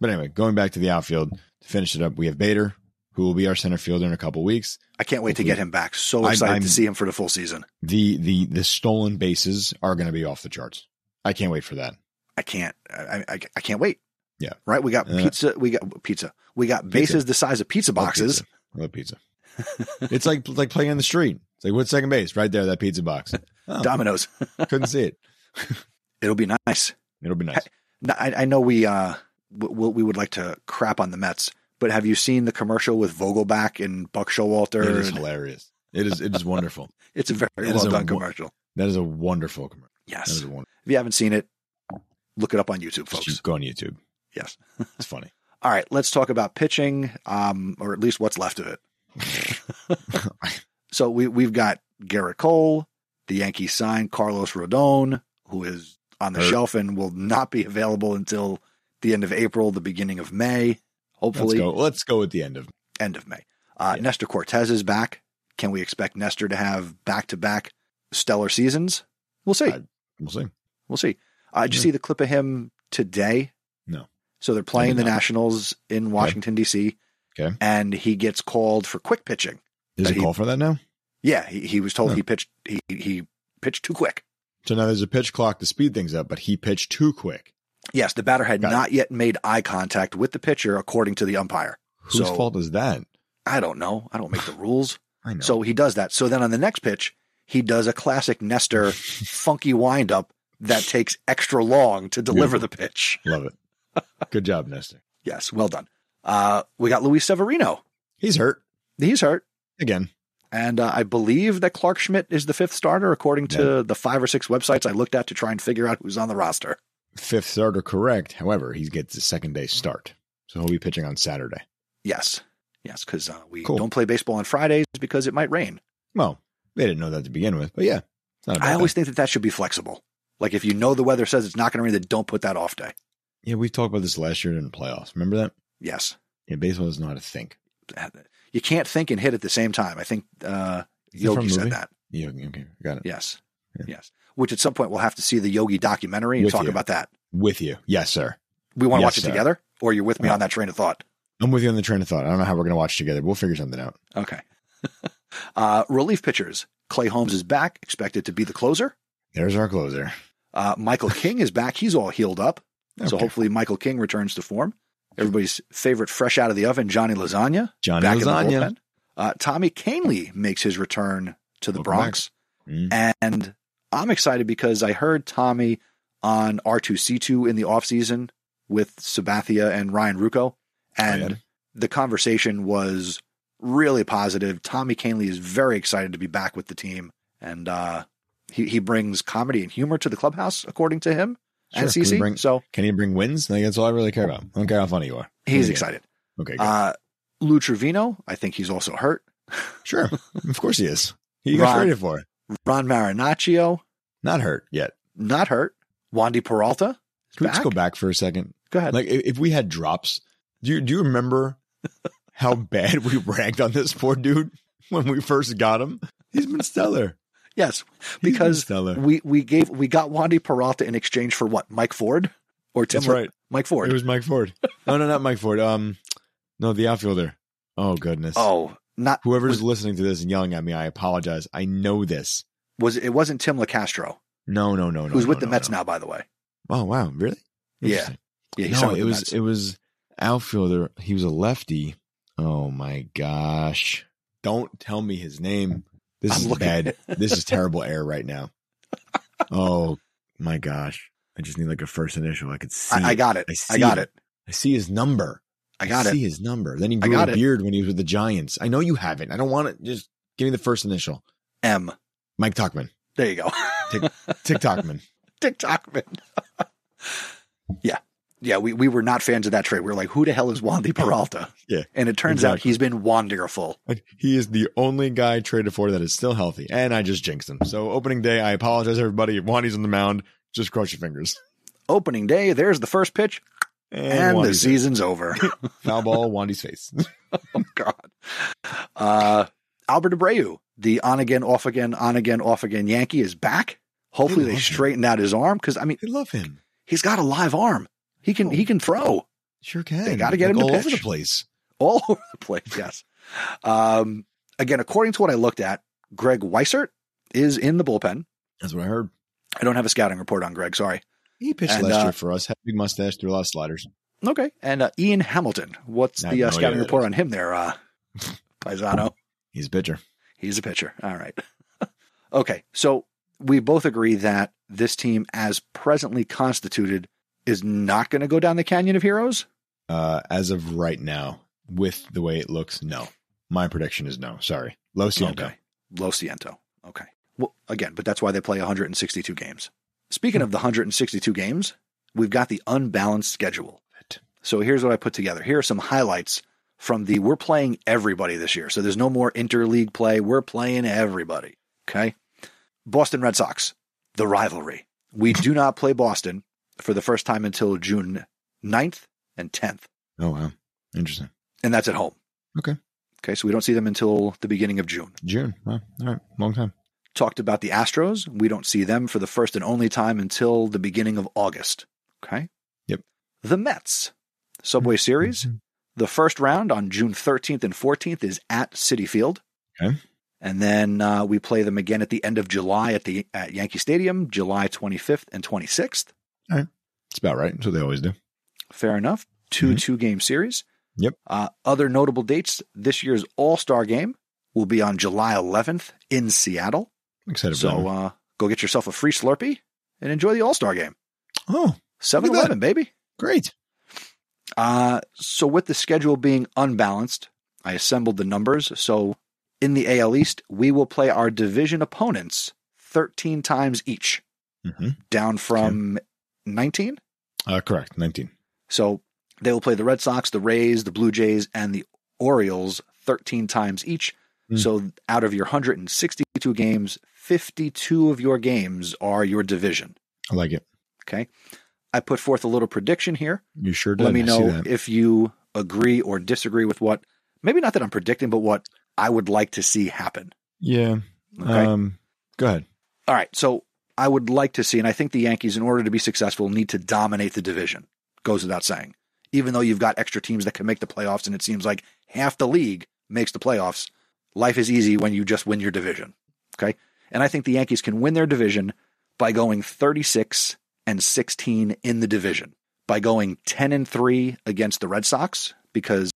[SPEAKER 7] But anyway, going back to the outfield to finish it up, we have Bader who will be our center fielder in a couple weeks.
[SPEAKER 6] I can't wait to get him back. So
[SPEAKER 7] Mm-hmm. I'm-
[SPEAKER 6] excited
[SPEAKER 7] I'm-
[SPEAKER 6] to see him for the full season.
[SPEAKER 7] The the the stolen bases are going to be off the charts. I can't wait for that.
[SPEAKER 6] I can't. I, I, I can't wait.
[SPEAKER 7] Yeah.
[SPEAKER 6] Right. We got
[SPEAKER 7] Uh,
[SPEAKER 6] pizza. We got pizza. We got bases the size of pizza
[SPEAKER 7] Love
[SPEAKER 6] boxes.
[SPEAKER 7] pizza. I love pizza. it's like <laughs> like playing on the street. It's like what's second base? Right there, that
[SPEAKER 6] <laughs>
[SPEAKER 7] pizza box. Oh,
[SPEAKER 6] Dominoes.
[SPEAKER 7] couldn't see it.
[SPEAKER 6] It'll be nice.
[SPEAKER 7] It'll be nice.
[SPEAKER 6] Now, I, I know we uh w- w- we would like to crap on the Mets, but have you seen the commercial with Vogelback and Buck Showalter?
[SPEAKER 7] It is hilarious. It is it is wonderful.
[SPEAKER 6] It's a very
[SPEAKER 7] is
[SPEAKER 6] well
[SPEAKER 7] a
[SPEAKER 6] done
[SPEAKER 7] wo-
[SPEAKER 6] commercial.
[SPEAKER 7] That is a wonderful commercial. That
[SPEAKER 6] Yes.
[SPEAKER 7] is a wonderful.
[SPEAKER 6] If you haven't seen it, look it up on YouTube, folks.
[SPEAKER 7] Just go on YouTube.
[SPEAKER 6] Yes.
[SPEAKER 7] It's funny.
[SPEAKER 6] <laughs> All right, let's talk about pitching, um, or at least what's left of it.
[SPEAKER 7] <laughs>
[SPEAKER 6] so we we've got Garrett Cole, the Yankees signed Carlos Rodon, who is on the
[SPEAKER 7] Hurt.
[SPEAKER 6] shelf and will not be available until the end of April, the beginning of May,
[SPEAKER 7] Let's
[SPEAKER 6] hopefully
[SPEAKER 7] go. Let's go with the end of.
[SPEAKER 6] end of May. Uh, Nestor Cortez is back. Can we expect Nestor to have back to back stellar seasons? We'll see.
[SPEAKER 7] I- We'll see.
[SPEAKER 6] We'll see. Uh, did you
[SPEAKER 7] Uh, Yeah.
[SPEAKER 6] see the clip of him today?
[SPEAKER 7] No.
[SPEAKER 6] So they're playing the
[SPEAKER 7] not.
[SPEAKER 6] Nationals in Washington D.C.
[SPEAKER 7] Okay.
[SPEAKER 6] and he gets called for quick pitching.
[SPEAKER 7] There's
[SPEAKER 6] But
[SPEAKER 7] a
[SPEAKER 6] he-
[SPEAKER 7] call for that now.
[SPEAKER 6] Yeah, he, he was told
[SPEAKER 7] Huh.
[SPEAKER 6] he pitched he he pitched too quick.
[SPEAKER 7] So now there's a pitch clock to speed things up, but he pitched too quick.
[SPEAKER 6] Yes, the batter had
[SPEAKER 7] Got it.
[SPEAKER 6] not yet made eye contact with the pitcher, according to the umpire.
[SPEAKER 7] Whose
[SPEAKER 6] So-
[SPEAKER 7] fault is that?
[SPEAKER 6] I don't know. I don't make the
[SPEAKER 7] <sighs>
[SPEAKER 6] rules.
[SPEAKER 7] I know.
[SPEAKER 6] So he does that. So then on the next pitch, he does a classic Nestor
[SPEAKER 7] <laughs>
[SPEAKER 6] funky windup that takes extra long to deliver the pitch.
[SPEAKER 7] love it. Good job, Nestor.
[SPEAKER 6] Yes, well done. Uh, we got Luis Severino.
[SPEAKER 7] He's hurt
[SPEAKER 6] He's hurt.
[SPEAKER 7] again.
[SPEAKER 6] And uh, I believe that Clark Schmidt is the fifth starter, according to the five or six websites I looked at to try and figure out who's on the roster.
[SPEAKER 7] Fifth starter correct. However, he gets his second day start, so he'll be pitching on Saturday.
[SPEAKER 6] Yes. Yes, because uh, we
[SPEAKER 7] Cool.
[SPEAKER 6] don't play baseball on Fridays because it might rain.
[SPEAKER 7] Well, they didn't know that to begin with, but yeah, it's not a bad
[SPEAKER 6] I always
[SPEAKER 7] thing.
[SPEAKER 6] think that that should be flexible. Like if you know the weather says it's not going to rain, then don't put that off day.
[SPEAKER 7] yeah. We talked about this last year in the playoffs. Remember that?
[SPEAKER 6] Yes.
[SPEAKER 7] Yeah, baseball doesn't know how to think.
[SPEAKER 6] You can't think and hit at the same time. I think uh,
[SPEAKER 7] Is it from
[SPEAKER 6] Yogi
[SPEAKER 7] a
[SPEAKER 6] said
[SPEAKER 7] movie?
[SPEAKER 6] that.
[SPEAKER 7] Yeah, okay, got it.
[SPEAKER 6] Yes.
[SPEAKER 7] Yeah.
[SPEAKER 6] Yes. Which at some point we'll have to see the Yogi documentary and
[SPEAKER 7] With
[SPEAKER 6] talk
[SPEAKER 7] you.
[SPEAKER 6] about that.
[SPEAKER 7] With you, yes, sir.
[SPEAKER 6] We want to
[SPEAKER 7] Yes,
[SPEAKER 6] watch it
[SPEAKER 7] sir.
[SPEAKER 6] together, or you're with me
[SPEAKER 7] Yeah.
[SPEAKER 6] on that train of thought.
[SPEAKER 7] I'm with you on the train of thought. I don't know how we're gonna watch together. but We'll figure something out.
[SPEAKER 6] Okay. <laughs> uh, relief pitchers. Clay Holmes is back, expected to be the closer.
[SPEAKER 7] There's our closer.
[SPEAKER 6] Uh, Michael King is back. He's all healed up. So
[SPEAKER 7] Okay.
[SPEAKER 6] hopefully Michael King returns to form. Everybody's favorite fresh out of the oven, Johnny Lasagna.
[SPEAKER 7] Johnny
[SPEAKER 6] back In the
[SPEAKER 7] Lasagna.
[SPEAKER 6] bullpen. Uh, Tommy Canley makes his return to the
[SPEAKER 7] Welcome
[SPEAKER 6] Bronx.
[SPEAKER 7] Mm.
[SPEAKER 6] And I'm excited because I heard Tommy on R2C2 in the offseason with Sabathia and Ryan Rucco. And
[SPEAKER 7] Oh, yeah.
[SPEAKER 6] the conversation was really positive. Tommy Canley is very excited to be back with the team. And uh, he, he brings comedy and humor to the clubhouse, according to him and
[SPEAKER 7] Sure. Can we
[SPEAKER 6] CC.
[SPEAKER 7] bring-
[SPEAKER 6] so
[SPEAKER 7] Can you bring wins? Like, that's all I really care about. I don't care how funny you are.
[SPEAKER 6] he's
[SPEAKER 7] Yeah.
[SPEAKER 6] excited.
[SPEAKER 7] Okay, good.
[SPEAKER 6] Uh, Lou Trevino, I think he's also hurt. <laughs>
[SPEAKER 7] sure. of course he is. He got
[SPEAKER 6] Ron-
[SPEAKER 7] traded for.
[SPEAKER 6] Ron Marinaccio,
[SPEAKER 7] Not hurt yet.
[SPEAKER 6] not hurt. Wandy Peralta,
[SPEAKER 7] Can we just go back for a second?
[SPEAKER 6] Go ahead.
[SPEAKER 7] Like, if if we had drops, do you, do
[SPEAKER 6] <laughs>
[SPEAKER 7] you remember how bad we ranked on this poor dude when we first got him? He's been stellar.
[SPEAKER 6] yes,
[SPEAKER 7] been
[SPEAKER 6] because
[SPEAKER 7] stellar.
[SPEAKER 6] we we gave we got Wandy Peralta in exchange for what? Mike Ford or Tim?
[SPEAKER 7] That's
[SPEAKER 6] Lin-
[SPEAKER 7] right.
[SPEAKER 6] Mike Ford.
[SPEAKER 7] It was Mike Ford. No, no, not Mike Ford. Um, no, the outfielder. Oh goodness.
[SPEAKER 6] oh, not
[SPEAKER 7] Whoever's
[SPEAKER 6] was,
[SPEAKER 7] listening to this and yelling at me, I apologize. I know this.
[SPEAKER 6] was it wasn't Tim LaCastro,
[SPEAKER 7] No, no, no, no.
[SPEAKER 6] who's
[SPEAKER 7] no,
[SPEAKER 6] with the
[SPEAKER 7] no,
[SPEAKER 6] Mets
[SPEAKER 7] no.
[SPEAKER 6] now, by the way.
[SPEAKER 7] Oh wow, really?
[SPEAKER 6] Yeah.
[SPEAKER 7] Interesting.
[SPEAKER 6] Yeah, he's
[SPEAKER 7] no,
[SPEAKER 6] signed with
[SPEAKER 7] it
[SPEAKER 6] the
[SPEAKER 7] was
[SPEAKER 6] Mets.
[SPEAKER 7] it was outfielder. He was a lefty. Oh my gosh! Don't tell me his name. This
[SPEAKER 6] I'm
[SPEAKER 7] is
[SPEAKER 6] looking.
[SPEAKER 7] bad. this is terrible air right now. Oh my gosh! I just need like a first initial. I could see.
[SPEAKER 6] <laughs> I, I got it.
[SPEAKER 7] I
[SPEAKER 6] I,
[SPEAKER 7] see
[SPEAKER 6] got it.
[SPEAKER 7] I see his number.
[SPEAKER 6] I got
[SPEAKER 7] see
[SPEAKER 6] it.
[SPEAKER 7] his number. Then he
[SPEAKER 6] I
[SPEAKER 7] grew a
[SPEAKER 6] got it.
[SPEAKER 7] beard when he was with the Giants. I know you haven't. I don't want it. Just give me the first initial.
[SPEAKER 6] M.
[SPEAKER 7] Mike Tuckman.
[SPEAKER 6] There you go. <laughs>
[SPEAKER 7] Tick Tockman.
[SPEAKER 6] Dick Tockman. <laughs> yeah. Yeah, we, we were not fans of that trade. We were like, who the hell is Wandy Peralta?
[SPEAKER 7] Yeah,
[SPEAKER 6] And it turns out
[SPEAKER 7] exactly.
[SPEAKER 6] he's been wonderful.
[SPEAKER 7] Like, He is the only guy traded for that is still healthy, and I just jinxed him. So opening day, I apologize everybody. If Wani's on the mound, just cross your fingers.
[SPEAKER 6] Opening day, there's the first pitch, and, the
[SPEAKER 7] Wandy's
[SPEAKER 6] season's
[SPEAKER 7] <laughs>
[SPEAKER 6] over.
[SPEAKER 7] in. foul ball,
[SPEAKER 6] <laughs>
[SPEAKER 7] Wandy's face.
[SPEAKER 6] oh, God. Uh, Albert Abreu, the on again, off again, on again, off again Yankee, is back. Hopefully
[SPEAKER 7] They
[SPEAKER 6] they
[SPEAKER 7] love him.
[SPEAKER 6] straightened out his arm because, I mean,
[SPEAKER 7] I love him.
[SPEAKER 6] he's got a live arm. He can he can throw
[SPEAKER 7] Sure can.
[SPEAKER 6] They gotta get
[SPEAKER 7] Like,
[SPEAKER 6] him to
[SPEAKER 7] all
[SPEAKER 6] pitch.
[SPEAKER 7] over the place.
[SPEAKER 6] all <laughs> over the place. Yes. Um, again, according to what I looked at, Greg Weissert is in the bullpen.
[SPEAKER 7] That's what I heard.
[SPEAKER 6] I don't have a scouting report on Greg. Sorry.
[SPEAKER 7] He pitched
[SPEAKER 6] And,
[SPEAKER 7] last
[SPEAKER 6] uh,
[SPEAKER 7] year for us. Had a big mustache, threw a lot of sliders.
[SPEAKER 6] Okay. And uh, Ian Hamilton. What's
[SPEAKER 7] I
[SPEAKER 6] the uh,
[SPEAKER 7] have no idea
[SPEAKER 6] scouting
[SPEAKER 7] who that
[SPEAKER 6] report on him there, uh, Paisano?
[SPEAKER 7] He's a pitcher.
[SPEAKER 6] He's a pitcher. All right. <laughs> okay. So we both agree that this team, as presently constituted, is not going to go down the canyon of heroes.
[SPEAKER 7] Uh, as of right now, with the way it looks, no. My prediction is no. Sorry, low Cienko.
[SPEAKER 6] Okay. Lo Ciento. Okay. Well, again, but that's why they play 162 games. Speaking of the 162 games, we've got the unbalanced schedule. So here's what I put together. Here are some highlights from the we're playing everybody this year. So there's no more interleague play. We're playing everybody. Okay. Boston Red Sox, the rivalry. We do not play Boston for the first time until June 9th and 10th,
[SPEAKER 7] Oh wow, interesting.
[SPEAKER 6] and that's at home.
[SPEAKER 7] Okay.
[SPEAKER 6] Okay. So we don't see them until the beginning of June.
[SPEAKER 7] June. Wow. All right, long time.
[SPEAKER 6] talked about the Astros. We don't see them for the first and only time until the beginning of August. Okay.
[SPEAKER 7] Yep. Mm-hmm.
[SPEAKER 6] The Mets Subway Series. The first round on June 13th and 14th is at City Field.
[SPEAKER 7] Okay.
[SPEAKER 6] And then uh, we play them again at the end of July at the at Yankee Stadium, July 25th and 26th.
[SPEAKER 7] It's about right. That's what they always do.
[SPEAKER 6] Fair enough. 2 two game series.
[SPEAKER 7] Mm-hmm. Yep.
[SPEAKER 6] Uh, other notable dates this year's All Star game will be on July 11th in Seattle.
[SPEAKER 7] I'm excited. for that
[SPEAKER 6] So
[SPEAKER 7] one.
[SPEAKER 6] uh, go get yourself a free Slurpee and enjoy the All Star game.
[SPEAKER 7] oh,
[SPEAKER 6] 7 Eleven, baby.
[SPEAKER 7] great.
[SPEAKER 6] Uh, so, with the schedule being unbalanced, I assembled the numbers. So, in the AL East, we will play our division opponents 13 times each,
[SPEAKER 7] hmm
[SPEAKER 6] down from 19.
[SPEAKER 7] Uh, correct. Nineteen.
[SPEAKER 6] So, they will play the Red Sox, the Rays, the Blue Jays, and the Orioles 13 times each.
[SPEAKER 7] Hmm.
[SPEAKER 6] So, out of your 162 games, 52 of your games are your division.
[SPEAKER 7] I like it.
[SPEAKER 6] Okay. I put forth a little prediction here.
[SPEAKER 7] You sure did.
[SPEAKER 6] Let me
[SPEAKER 7] I see
[SPEAKER 6] know
[SPEAKER 7] that.
[SPEAKER 6] if you agree or disagree with what, maybe not that I'm predicting, but what I would like to see happen.
[SPEAKER 7] yeah.
[SPEAKER 6] Okay.
[SPEAKER 7] Um. Go ahead.
[SPEAKER 6] All right. So I would like to see, and I think the Yankees, in order to be successful, need to dominate the division. Goes without saying. Even though you've got extra teams that can make the playoffs, and it seems like half the league makes the playoffs, life is easy when you just win your division. Okay. And I think the Yankees can win their division by going 36 and 16 in the division, by going 10 and 3 against the Red Sox, because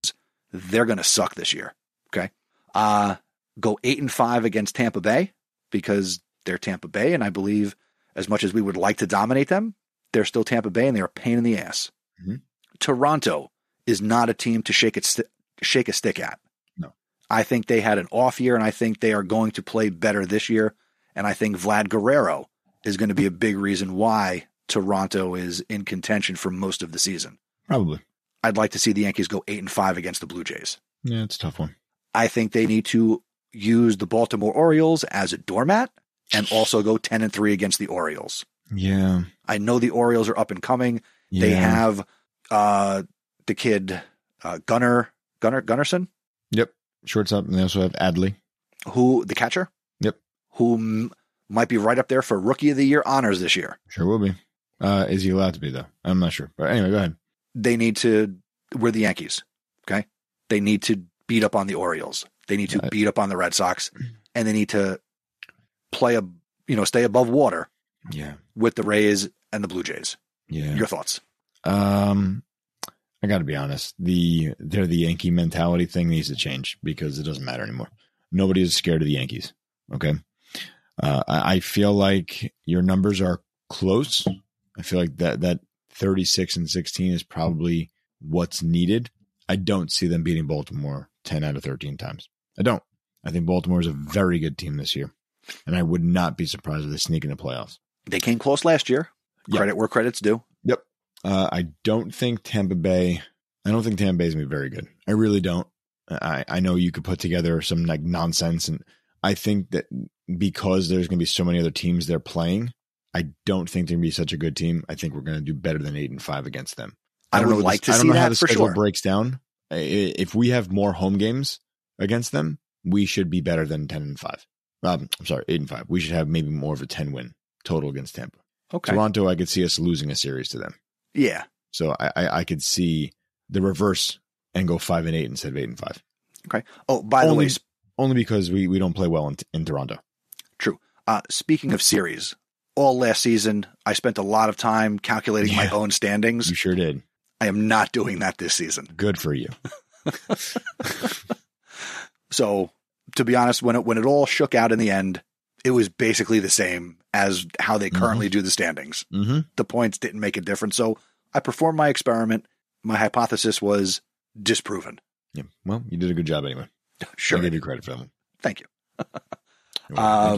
[SPEAKER 6] they're going to suck this year. Okay. Uh, go 8 and 5 against Tampa Bay because they're Tampa Bay. And I believe, as much as we would like to dominate them, they're still Tampa Bay and they're a pain in the ass.
[SPEAKER 7] Mhm.
[SPEAKER 6] Toronto is not a team to shake, its shake a stick at.
[SPEAKER 7] No.
[SPEAKER 6] I think they had an off year and I think they are going to play better this year. And I think Vlad Guerrero is going to be a big reason why Toronto is in contention for most of the season.
[SPEAKER 7] Probably.
[SPEAKER 6] I'd like to see the Yankees go 8 and 5 against the Blue Jays.
[SPEAKER 7] Yeah, it's a tough one.
[SPEAKER 6] I think they need to use the Baltimore Orioles as a doormat and also go 10 and 3 against the Orioles.
[SPEAKER 7] Yeah.
[SPEAKER 6] I know the Orioles are up and coming.
[SPEAKER 7] yeah.
[SPEAKER 6] They have uh, the kid uh, Gunner Gunner Gunnarsson,
[SPEAKER 7] Yep. Shortstop, and they also have Adley.
[SPEAKER 6] who the catcher.
[SPEAKER 7] Yep.
[SPEAKER 6] Who m- might be right up there for Rookie of the Year honors this year.
[SPEAKER 7] Sure will be. Uh, is he allowed to be though? I'm not sure. But anyway, go ahead.
[SPEAKER 6] They need to. We're the Yankees. Okay. They need to beat up on the Orioles. They need to
[SPEAKER 7] Yeah, I-
[SPEAKER 6] beat up on the Red Sox, and they need to play a you know stay above water
[SPEAKER 7] Yeah.
[SPEAKER 6] with the Rays and the Blue Jays.
[SPEAKER 7] Yeah.
[SPEAKER 6] Your thoughts?
[SPEAKER 7] Um, I got to be honest. The they're the Yankee mentality thing needs to change because it doesn't matter anymore. Nobody is scared of the Yankees. Okay, uh, I, I feel like your numbers are close. I feel like that that thirty six and sixteen is probably what's needed. I don't see them beating Baltimore ten out of thirteen times. I don't. I think Baltimore is a very good team this year, and I would not be surprised if they sneak into playoffs.
[SPEAKER 6] They came close last year.
[SPEAKER 7] Yeah.
[SPEAKER 6] Credit where credit's due.
[SPEAKER 7] Uh, I don't think Tampa Bay. I don't think Tampa Bay's gonna be very good. I really don't. I I know you could put together some like nonsense, and I think that because there's gonna be so many other teams they're playing, I don't think they're gonna be such a good team. I think we're gonna do better than eight and five against them.
[SPEAKER 6] I,
[SPEAKER 7] don't
[SPEAKER 6] would
[SPEAKER 7] know what
[SPEAKER 6] like
[SPEAKER 7] the-
[SPEAKER 6] to
[SPEAKER 7] I
[SPEAKER 6] see
[SPEAKER 7] don't know how
[SPEAKER 6] that
[SPEAKER 7] the
[SPEAKER 6] for
[SPEAKER 7] schedule
[SPEAKER 6] sure.
[SPEAKER 7] breaks down. I- I- If we have more home games against them, we should be better than ten and five. Um, I'm sorry, eight and five. We should have maybe more of a ten win total against Tampa.
[SPEAKER 6] Okay.
[SPEAKER 7] Toronto, I could see us losing a series to them.
[SPEAKER 6] Yeah.
[SPEAKER 7] So I, I, I could see the reverse and go five and eight instead of eight and five.
[SPEAKER 6] Okay. Oh, by the
[SPEAKER 7] Only-
[SPEAKER 6] way, sp-
[SPEAKER 7] Only because we, we don't play well in, in Toronto.
[SPEAKER 6] true. Uh, speaking of series, all last season I spent a lot of time calculating my
[SPEAKER 7] Yeah.
[SPEAKER 6] own standings.
[SPEAKER 7] You sure did.
[SPEAKER 6] I am not doing that this season.
[SPEAKER 7] Good for you.
[SPEAKER 6] So, to be honest, when it when it all shook out in the end, it was basically the same as how they currently do the standings.
[SPEAKER 7] Mm-hmm.
[SPEAKER 6] The points didn't make a difference. So, I performed my experiment. My hypothesis was disproven.
[SPEAKER 7] Yeah. Well, you did a good job anyway.
[SPEAKER 6] Sure.
[SPEAKER 7] I give you credit for that one.
[SPEAKER 6] Thank you.
[SPEAKER 7] You're welcome.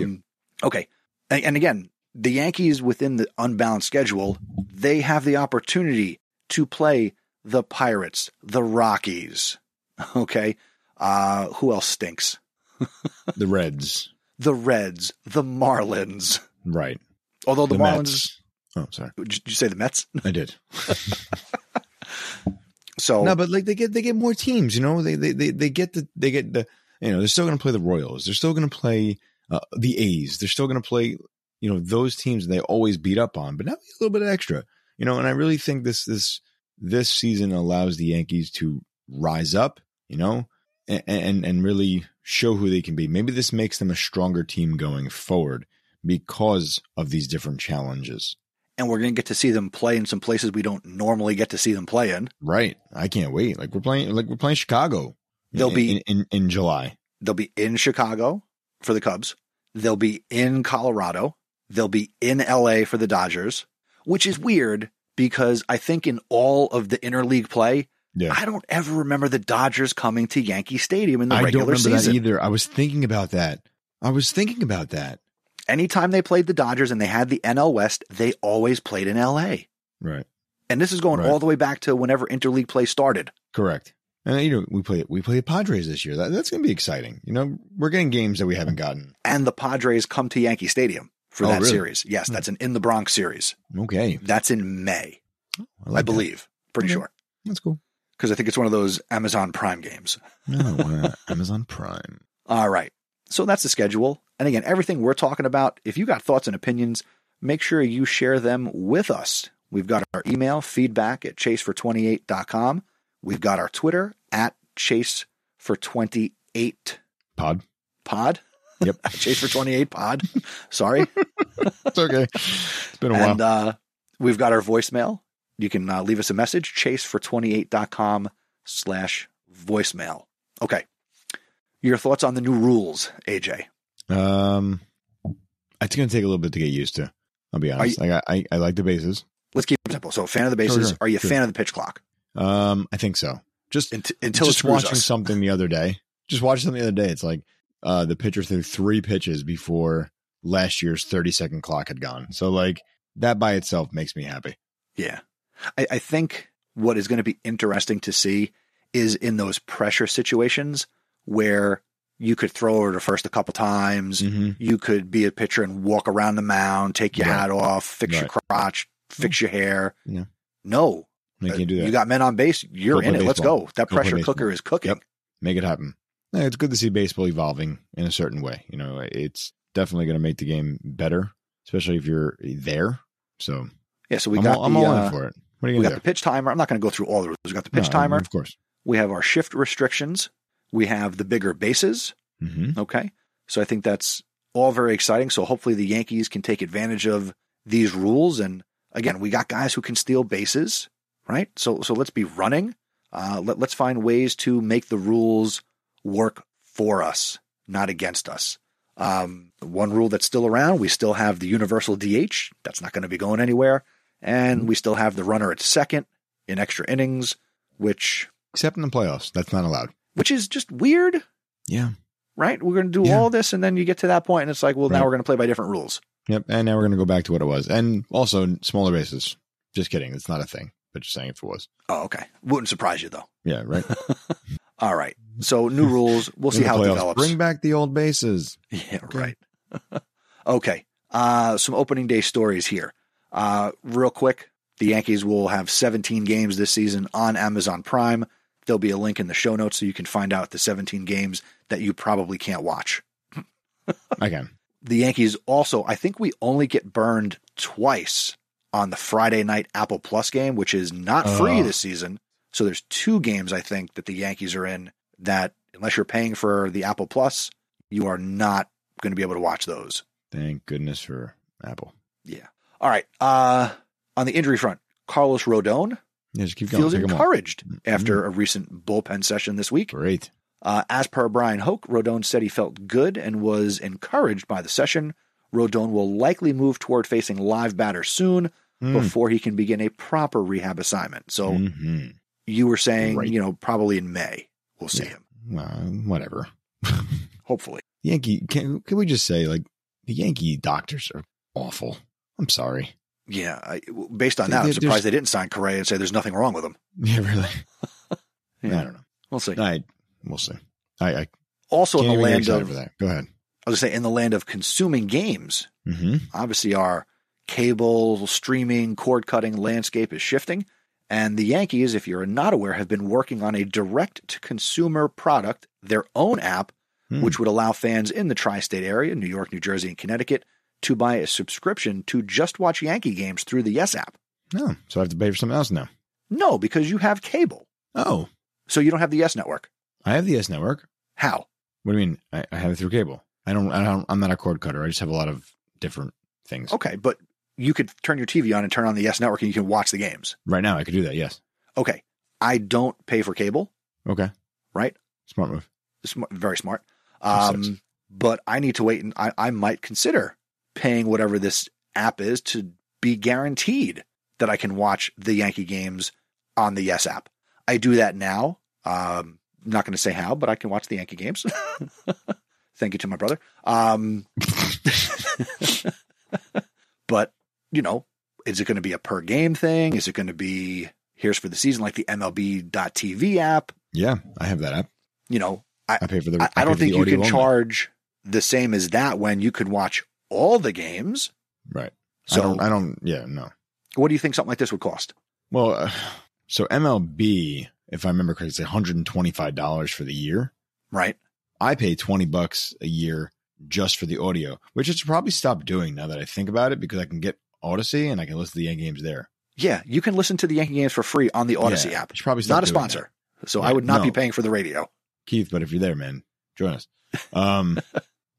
[SPEAKER 7] Thank
[SPEAKER 6] Um,
[SPEAKER 7] you.
[SPEAKER 6] okay. And, and again, the Yankees within the unbalanced schedule, they have the opportunity to play the Pirates, the Rockies. <laughs> Okay. Uh, who else stinks?
[SPEAKER 7] The Reds.
[SPEAKER 6] The Reds, the Marlins.
[SPEAKER 7] Right.
[SPEAKER 6] Although the, Marlins,
[SPEAKER 7] Mets. Oh, sorry.
[SPEAKER 6] did you say the Mets? <laughs>
[SPEAKER 7] I did.
[SPEAKER 6] So
[SPEAKER 7] No, but like they get they get more teams, you know. They they they, they get the they get the you know they're still going to play the Royals. They're still going to play uh, the A's. They're still going to play you know those teams they always beat up on. But now a little bit of extra, you know. And I really think this this this season allows the Yankees to rise up, you know, and and, and really show who they can be. Maybe this makes them a stronger team going forward because of these different challenges.
[SPEAKER 6] and we're going to get to see them play in some places we don't normally get to see them play in.
[SPEAKER 7] Right. I can't wait. Like we're playing like we're playing Chicago.
[SPEAKER 6] They'll
[SPEAKER 7] in-
[SPEAKER 6] be-
[SPEAKER 7] in, in, in July.
[SPEAKER 6] They'll be in Chicago for the Cubs. They'll be in Colorado. They'll be in LA for the Dodgers, which is weird because I think in all of the interleague play,
[SPEAKER 7] Yeah.
[SPEAKER 6] I don't ever remember the Dodgers coming to Yankee Stadium in the
[SPEAKER 7] I don't
[SPEAKER 6] regular
[SPEAKER 7] remember
[SPEAKER 6] season.
[SPEAKER 7] that either. I was thinking about that. I was thinking about that.
[SPEAKER 6] Anytime they played the Dodgers and they had the NL West, they always played in LA.
[SPEAKER 7] Right.
[SPEAKER 6] And this is going
[SPEAKER 7] Right.
[SPEAKER 6] all the way back to whenever interleague play started.
[SPEAKER 7] Correct. And you know, we play we play Padres this year. That, that's going to be exciting. You know, we're getting games that we haven't gotten.
[SPEAKER 6] And the Padres come to Yankee Stadium for
[SPEAKER 7] Oh,
[SPEAKER 6] that
[SPEAKER 7] really?
[SPEAKER 6] series. Yes, that's an in the Bronx series.
[SPEAKER 7] Okay.
[SPEAKER 6] That's in May,
[SPEAKER 7] like
[SPEAKER 6] I believe. Pretty
[SPEAKER 7] Okay.
[SPEAKER 6] sure.
[SPEAKER 7] that. That's cool.
[SPEAKER 6] because I think it's one of those Amazon Prime games.
[SPEAKER 7] No, uh, Amazon Prime.
[SPEAKER 6] All right. So that's the schedule. And again, everything we're talking about, if you got thoughts and opinions, make sure you share them with us. We've got our email, feedback at chasefor28.com. We've got our Twitter at chasefor28pod.
[SPEAKER 7] Pod.
[SPEAKER 6] <laughs>
[SPEAKER 7] Yep.
[SPEAKER 6] chasefor28pod. Sorry.
[SPEAKER 7] it's okay. It's been a
[SPEAKER 6] And
[SPEAKER 7] while.
[SPEAKER 6] uh, we've got our voicemail. You can uh, leave us a message, chasefor28.com slash voicemail. Okay. Your thoughts on the new rules, AJ?
[SPEAKER 7] um, it's going to take a little bit to get used to. I'll be honest. Like, I, I I like the bases.
[SPEAKER 6] Let's keep it simple. So, fan of the bases.
[SPEAKER 7] sure,
[SPEAKER 6] Are you a
[SPEAKER 7] sure.
[SPEAKER 6] fan of the pitch clock?
[SPEAKER 7] Um, I think so. Just
[SPEAKER 6] Unt- until
[SPEAKER 7] just
[SPEAKER 6] it's
[SPEAKER 7] watching
[SPEAKER 6] us.
[SPEAKER 7] something the other day. Just watching something the other day. It's like uh, the pitcher threw three pitches before last year's 30 second clock had gone. So like that by itself makes me happy.
[SPEAKER 6] Yeah. I, I think what is going to be interesting to see is in those pressure situations where you could throw over to first a couple times. You could be a pitcher and walk around the mound, take your
[SPEAKER 7] Right.
[SPEAKER 6] hat off, fix your crotch, fix your hair.
[SPEAKER 7] Yeah.
[SPEAKER 6] No,
[SPEAKER 7] You
[SPEAKER 6] Uh,
[SPEAKER 7] can't do that.
[SPEAKER 6] You got men on base. You're
[SPEAKER 7] Go play
[SPEAKER 6] in it. Let's
[SPEAKER 7] baseball.
[SPEAKER 6] go. That
[SPEAKER 7] Go play
[SPEAKER 6] pressure
[SPEAKER 7] baseball.
[SPEAKER 6] cooker is cooking.
[SPEAKER 7] Yep. make it happen. Yeah, it's good to see baseball evolving in a certain way. You know, it's definitely going to make the game better, especially if you're there. So
[SPEAKER 6] Yeah. So we
[SPEAKER 7] I'm,
[SPEAKER 6] got
[SPEAKER 7] all, I'm
[SPEAKER 6] the,
[SPEAKER 7] all
[SPEAKER 6] uh,
[SPEAKER 7] in for it. What are you
[SPEAKER 6] we
[SPEAKER 7] going
[SPEAKER 6] got
[SPEAKER 7] to
[SPEAKER 6] the
[SPEAKER 7] do?
[SPEAKER 6] pitch timer. I'm not going to go through all the rules. We got the pitch
[SPEAKER 7] No,
[SPEAKER 6] timer.
[SPEAKER 7] of course.
[SPEAKER 6] We have our shift restrictions. We have the bigger bases.
[SPEAKER 7] hmm
[SPEAKER 6] Okay. So I think that's all very exciting. So hopefully the Yankees can take advantage of these rules. And again, we got guys who can steal bases, right? So so let's be running. Uh, let, let's find ways to make the rules work for us, not against us. Um, one rule that's still around, we still have the universal DH. That's not going to be going anywhere. And we still have the runner at second in extra innings, which
[SPEAKER 7] Except in the playoffs, that's not allowed.
[SPEAKER 6] which is just weird
[SPEAKER 7] Yeah.
[SPEAKER 6] right? We're going to do
[SPEAKER 7] Yeah.
[SPEAKER 6] all this. And then you get to that point and it's like, well, now
[SPEAKER 7] Right.
[SPEAKER 6] we're going to play by different rules.
[SPEAKER 7] Yep. And now we're going to go back to what it was. And also smaller bases. Just kidding. It's not a thing, but just saying if it was.
[SPEAKER 6] Oh, okay. Wouldn't surprise you though.
[SPEAKER 7] Yeah. Right.
[SPEAKER 6] All right. So <laughs> new rules. <laughs> We'll see
[SPEAKER 7] In the
[SPEAKER 6] how it
[SPEAKER 7] playoffs,
[SPEAKER 6] develops.
[SPEAKER 7] Bring back the old bases.
[SPEAKER 6] <laughs> yeah, right. <laughs> okay. Uh, some opening day stories here. Uh, real quick. The Yankees will have 17 games this season on Amazon Prime. There'll be a link in the show notes so you can find out the 17 games that you probably can't watch.
[SPEAKER 7] I can.
[SPEAKER 6] the Yankees also, I think we only get burned twice on the Friday night Apple Plus game, which is not free
[SPEAKER 7] Oh.
[SPEAKER 6] this season. So there's two games I think that the Yankees are in that unless you're paying for the Apple Plus, you are not going to be able to watch those.
[SPEAKER 7] Thank goodness for Apple.
[SPEAKER 6] Yeah. All right. Uh, on the injury front, Carlos Rodon
[SPEAKER 7] Yeah, just keep going.
[SPEAKER 6] feels
[SPEAKER 7] Take 'em all. Mm-hmm.
[SPEAKER 6] encouraged after a recent bullpen session this week.
[SPEAKER 7] Great.
[SPEAKER 6] Uh, as per Brian Hoke, Rodon said he felt good and was encouraged by the session. Rodon will likely move toward facing live batters soon before he can begin a proper rehab assignment. So
[SPEAKER 7] hmm
[SPEAKER 6] you were saying,
[SPEAKER 7] Right.
[SPEAKER 6] you know, probably in May we'll see him,
[SPEAKER 7] Well, whatever.
[SPEAKER 6] hopefully.
[SPEAKER 7] Yankee, can, can we just say, like, the Yankee doctors are awful. I'm sorry. <laughs>
[SPEAKER 6] Yeah. I, w- based on
[SPEAKER 7] There-
[SPEAKER 6] that, I'm
[SPEAKER 7] there-
[SPEAKER 6] surprised they didn't sign Correa and say there's nothing wrong with him.
[SPEAKER 7] Yeah, really.
[SPEAKER 6] Yeah.
[SPEAKER 7] I don't know.
[SPEAKER 6] We'll see.
[SPEAKER 7] I we'll see. I, I
[SPEAKER 6] Also,
[SPEAKER 7] can't
[SPEAKER 6] in the
[SPEAKER 7] even get
[SPEAKER 6] land
[SPEAKER 7] excited
[SPEAKER 6] of,
[SPEAKER 7] for
[SPEAKER 6] I
[SPEAKER 7] that. Go
[SPEAKER 6] was
[SPEAKER 7] ahead.
[SPEAKER 6] going to say, in the land of consuming games,
[SPEAKER 7] hmm
[SPEAKER 6] obviously our cable streaming cord cutting landscape is shifting and the yankees if you're not aware have been working on a direct to consumer product their own app
[SPEAKER 7] Hmm.
[SPEAKER 6] which would allow fans in the tri-state area new york new jersey and connecticut to buy a subscription to just watch yankee games through the yes app
[SPEAKER 7] No, Oh, so I have to pay for something else now.
[SPEAKER 6] no because you have cable
[SPEAKER 7] Oh,
[SPEAKER 6] so you don't have the yes network
[SPEAKER 7] I have the S Network.
[SPEAKER 6] how
[SPEAKER 7] What do you mean? I, I have it through cable. I don't, I don't. I'm not a cord cutter. I just have a lot of different things.
[SPEAKER 6] okay but you could turn your tv on and turn on the yes network and you can watch the games
[SPEAKER 7] Right now, I could do that. Yes.
[SPEAKER 6] okay i don't pay for cable
[SPEAKER 7] Okay.
[SPEAKER 6] right
[SPEAKER 7] Smart move.
[SPEAKER 6] sm- very smart.
[SPEAKER 7] Makes sense.
[SPEAKER 6] Um, but I need to wait, and I, I might consider paying whatever this app is to be guaranteed that I can watch the Yankee games on the Yes app. I do that now. Um, not going to say how, but I can watch the Yankee games. Thank you to my brother. Um, but you know, is it going to be a per game thing? Is it going to be here's for the season like the MLB.TV app?
[SPEAKER 7] Yeah, I have that app.
[SPEAKER 6] You know, I,
[SPEAKER 7] I pay for the.
[SPEAKER 6] I,
[SPEAKER 7] pay
[SPEAKER 6] I don't
[SPEAKER 7] for the
[SPEAKER 6] think you
[SPEAKER 7] audio
[SPEAKER 6] can
[SPEAKER 7] only.
[SPEAKER 6] charge the same as that when you could watch all the games.
[SPEAKER 7] Right.
[SPEAKER 6] So-
[SPEAKER 7] I don't. I don't. Yeah. No.
[SPEAKER 6] What do you think something like this would cost?
[SPEAKER 7] Well, uh, so MLB, if I remember correctly, it's 125 dollars for the year.
[SPEAKER 6] Right?
[SPEAKER 7] I pay 20 bucks a year just for the audio, which I should probably stop doing now that I think about it because I can get Odyssey and I can listen to the end games there.
[SPEAKER 6] Yeah, you can listen to the Yankee games for free on the Odyssey
[SPEAKER 7] Yeah,
[SPEAKER 6] app.
[SPEAKER 7] I should probably
[SPEAKER 6] It's
[SPEAKER 7] stop
[SPEAKER 6] not a
[SPEAKER 7] doing
[SPEAKER 6] sponsor, so I
[SPEAKER 7] Yeah,
[SPEAKER 6] would not be
[SPEAKER 7] no.
[SPEAKER 6] paying for the radio.
[SPEAKER 7] that. Keith, but if you're there, man, join us.
[SPEAKER 6] <laughs>
[SPEAKER 7] Um,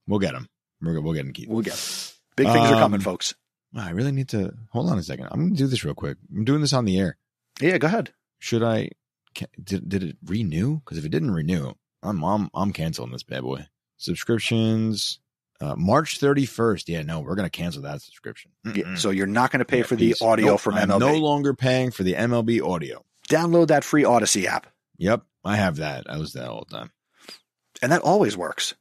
[SPEAKER 7] we'll get him. We're gonna, we'll get him, Keith.
[SPEAKER 6] We'll get Big things are coming,
[SPEAKER 7] Um,
[SPEAKER 6] folks.
[SPEAKER 7] Wow, I really need to hold on a second. I'm gonna do this real quick. I'm doing this on the air.
[SPEAKER 6] Yeah, go ahead.
[SPEAKER 7] Should I? Can, did did it renew? Because if it didn't renew, I'm I'm, I'm canceling this bad boy. Subscriptions. Uh, March 31st. Yeah, no, we're gonna cancel that subscription.
[SPEAKER 6] Yeah,
[SPEAKER 7] Mm-mm.
[SPEAKER 6] so you're not going to pay
[SPEAKER 7] Yeah,
[SPEAKER 6] for the
[SPEAKER 7] peace.
[SPEAKER 6] audio
[SPEAKER 7] Nope,
[SPEAKER 6] from
[SPEAKER 7] I'm
[SPEAKER 6] MLB.
[SPEAKER 7] no longer paying for the MLB audio.
[SPEAKER 6] Download that free Odyssey app,
[SPEAKER 7] Yep, I have that. I use that all the time.
[SPEAKER 6] and that always works.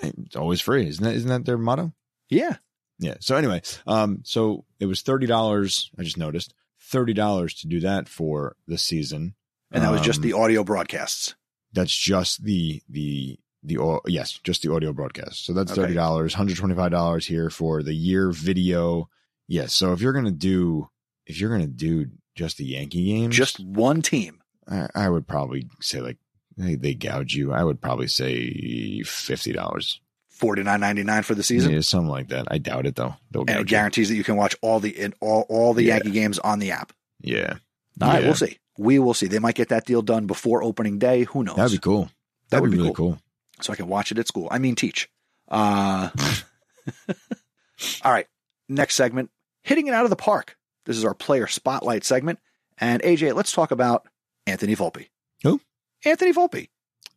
[SPEAKER 7] It's always free, isn't that? Isn't that their motto?
[SPEAKER 6] Yeah,
[SPEAKER 7] Yeah. So anyway, um, so it was thirty dollars. I just noticed thirty dollars to do that for the season,
[SPEAKER 6] and that was just
[SPEAKER 7] Um,
[SPEAKER 6] the audio broadcasts.
[SPEAKER 7] That's just the the the au- yes, just the audio broadcast. So that's
[SPEAKER 6] Okay.
[SPEAKER 7] thirty dollars, hundred twenty five dollars here for the year video. Yes. so if you're gonna do if you're gonna do just the Yankee games,
[SPEAKER 6] Just one team.
[SPEAKER 7] I, I would probably say like they, they gouge you. I would probably say fifty dollars,
[SPEAKER 6] Forty nine ninety nine for the season,
[SPEAKER 7] yeah, something like that. I doubt it though. They'll
[SPEAKER 6] and it
[SPEAKER 7] gouge you.
[SPEAKER 6] guarantees that you can watch all the in, all all the
[SPEAKER 7] Yeah.
[SPEAKER 6] Yankee games on the app.
[SPEAKER 7] Yeah,
[SPEAKER 6] All right,
[SPEAKER 7] Yeah.
[SPEAKER 6] we'll see. We will see. They might get that deal done before opening day. Who knows?
[SPEAKER 7] That'd be cool. That'd,
[SPEAKER 6] would
[SPEAKER 7] be,
[SPEAKER 6] be
[SPEAKER 7] really cool.
[SPEAKER 6] so I can watch it at school. I mean, teach. Uh, <laughs> all right. Next segment hitting it out of the park. This is our player spotlight segment. And AJ, let's talk about Anthony Volpe.
[SPEAKER 7] Who?
[SPEAKER 6] Anthony Volpe,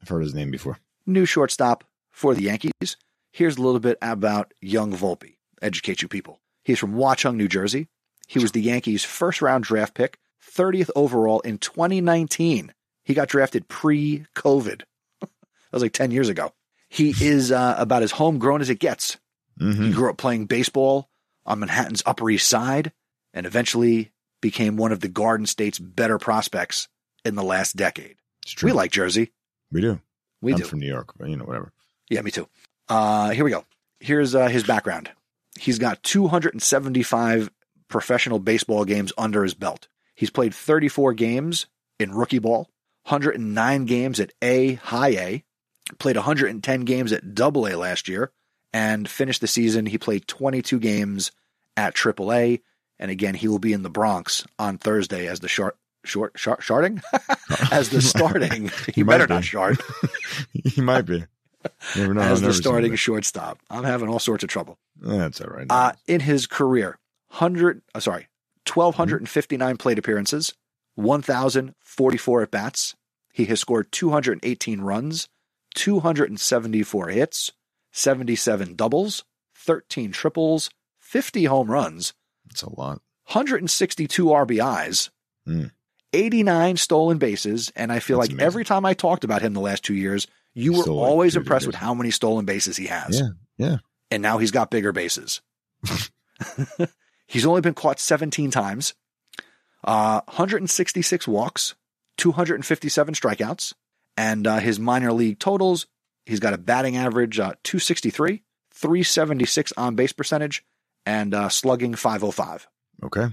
[SPEAKER 7] I've heard his name before.
[SPEAKER 6] new shortstop for the Yankees. Here's a little bit about young Volpe. Educate you people. He's from Watchung, New Jersey. He was the Yankees' first round draft pick, 30th overall in 2019. He got drafted pre COVID. <laughs> That was like 10 years ago. He is uh, about as homegrown as it gets. He
[SPEAKER 7] hmm
[SPEAKER 6] grew up playing baseball on Manhattan's Upper East Side and eventually became one of the Garden State's better prospects in the last decade.
[SPEAKER 7] It's true.
[SPEAKER 6] We like Jersey.
[SPEAKER 7] We do.
[SPEAKER 6] We
[SPEAKER 7] I'm
[SPEAKER 6] do.
[SPEAKER 7] from New York, but you know whatever.
[SPEAKER 6] Yeah, me too. Uh, here we go. Here's uh, his background. He's got 275 professional baseball games under his belt. He's played 34 games in rookie ball, 109 games at A, high A, played 110 games at double A last year, and finished the season. He played 22 games at triple A. And again, he will be in the Bronx on Thursday as the short, short shar- sharding <laughs> as
[SPEAKER 7] <laughs>
[SPEAKER 6] the starting. you
[SPEAKER 7] might
[SPEAKER 6] better
[SPEAKER 7] be.
[SPEAKER 6] not shard
[SPEAKER 7] <laughs> he might be. Never know.
[SPEAKER 6] as
[SPEAKER 7] I've never
[SPEAKER 6] the
[SPEAKER 7] seen
[SPEAKER 6] starting
[SPEAKER 7] that.
[SPEAKER 6] shortstop. I'm having all sorts of trouble.
[SPEAKER 7] That's all right.
[SPEAKER 6] Uh, in his career, hundred uh, sorry, twelve hundred and fifty nine plate appearances, one thousand forty four at bats. He has scored two hundred and eighteen runs, two hundred and seventy four hits, seventy seven doubles, thirteen triples, fifty home runs,
[SPEAKER 7] That's a lot.
[SPEAKER 6] 162 RBIs,
[SPEAKER 7] Hmm.
[SPEAKER 6] 89 stolen bases, and I feel
[SPEAKER 7] That's
[SPEAKER 6] like
[SPEAKER 7] amazing.
[SPEAKER 6] every time I talked about him the last two years, you were
[SPEAKER 7] Still, like,
[SPEAKER 6] always
[SPEAKER 7] two
[SPEAKER 6] impressed
[SPEAKER 7] years.
[SPEAKER 6] with how many stolen bases he has.
[SPEAKER 7] Yeah, yeah.
[SPEAKER 6] And now he's got bigger bases. <laughs> he's only been caught 17 times, uh, 166 walks, 257 strikeouts, and uh, his minor league totals. He's got a batting average uh, 263, 376 on base percentage, and uh, slugging 505.
[SPEAKER 7] Okay.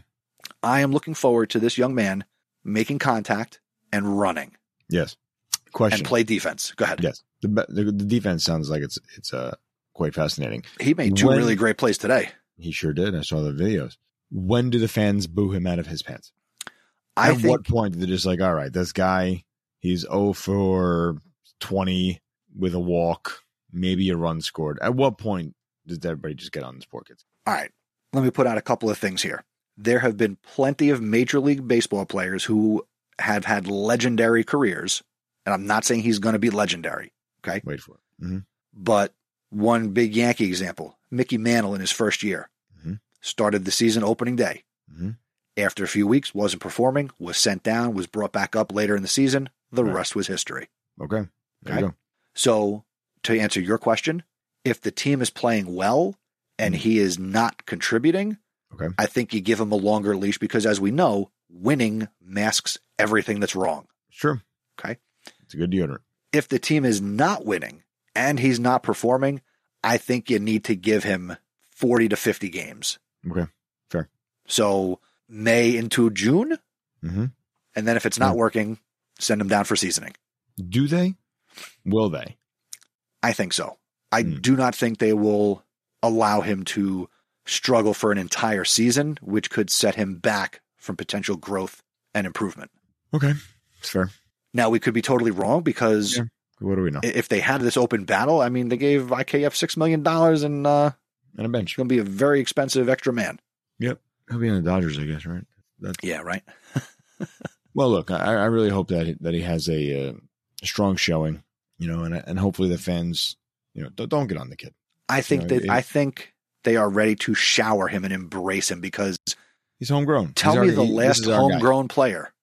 [SPEAKER 6] I am looking forward to this young man making contact and running
[SPEAKER 7] Yes.
[SPEAKER 6] and
[SPEAKER 7] Question.
[SPEAKER 6] play defense. Go ahead.
[SPEAKER 7] Yes. The, be- the the defense sounds like it's it's uh quite fascinating.
[SPEAKER 6] He made two
[SPEAKER 7] When-
[SPEAKER 6] really great plays today.
[SPEAKER 7] He sure did. I saw the videos. When do the fans boo him out of his pants?
[SPEAKER 6] I
[SPEAKER 7] At
[SPEAKER 6] think
[SPEAKER 7] what point they're just like, all right, this guy, he's 0 for 20 with a walk, maybe a run scored. At what point does everybody just get on this poor kid?
[SPEAKER 6] all right, let me put out a couple of things here. There have been plenty of major league baseball players who have had legendary careers, and I'm not saying he's going to be legendary,
[SPEAKER 7] Wait for it. hmm
[SPEAKER 6] but one big Yankee example, Mickey Mantle in his first year
[SPEAKER 7] Mhm.
[SPEAKER 6] started the season opening day.
[SPEAKER 7] hmm
[SPEAKER 6] After a few weeks, wasn't performing, was sent down, was brought back up later in the season. The
[SPEAKER 7] Right.
[SPEAKER 6] rest was history.
[SPEAKER 7] Okay. There you
[SPEAKER 6] Okay.
[SPEAKER 7] go.
[SPEAKER 6] So, to answer your question, if the team is playing well and
[SPEAKER 7] Mhm.
[SPEAKER 6] he is not contributing,
[SPEAKER 7] Okay.
[SPEAKER 6] I think you give him a longer leash because, as we know, winning masks everything that's wrong.
[SPEAKER 7] Sure.
[SPEAKER 6] Okay.
[SPEAKER 7] It's a good deodorant.
[SPEAKER 6] If the team is not winning and he's not performing, I think you need to give him 40 to 50 games.
[SPEAKER 7] Okay. Fair.
[SPEAKER 6] So, May into June.
[SPEAKER 7] hmm
[SPEAKER 6] And then if it's not working, send him down for seasoning.
[SPEAKER 7] Do they? Will they?
[SPEAKER 6] I think so. I
[SPEAKER 7] Hmm.
[SPEAKER 6] do not think they will allow him to struggle for an entire season, which could set him back from potential growth and improvement.
[SPEAKER 7] Okay. It's fair.
[SPEAKER 6] Now, we could be totally wrong because
[SPEAKER 7] Yeah. What do we know?
[SPEAKER 6] i- if they had this open battle, I mean, they gave IKF $6 million and uh,
[SPEAKER 7] And a
[SPEAKER 6] it's
[SPEAKER 7] bench.
[SPEAKER 6] going to be a very expensive extra man.
[SPEAKER 7] Yep. He'll be in the Dodgers, I guess, right? That's
[SPEAKER 6] Yeah, right?
[SPEAKER 7] Well, look, I, I really hope that he, that he has a uh, strong showing, you know, and and hopefully the fans, you know, don't, don't get on the kid.
[SPEAKER 6] I think
[SPEAKER 7] know,
[SPEAKER 6] that
[SPEAKER 7] it-
[SPEAKER 6] I think they are ready to shower him and embrace him because
[SPEAKER 7] He's homegrown.
[SPEAKER 6] tell
[SPEAKER 7] He's
[SPEAKER 6] me
[SPEAKER 7] already-
[SPEAKER 6] the
[SPEAKER 7] he- this
[SPEAKER 6] last
[SPEAKER 7] is our guy.
[SPEAKER 6] homegrown player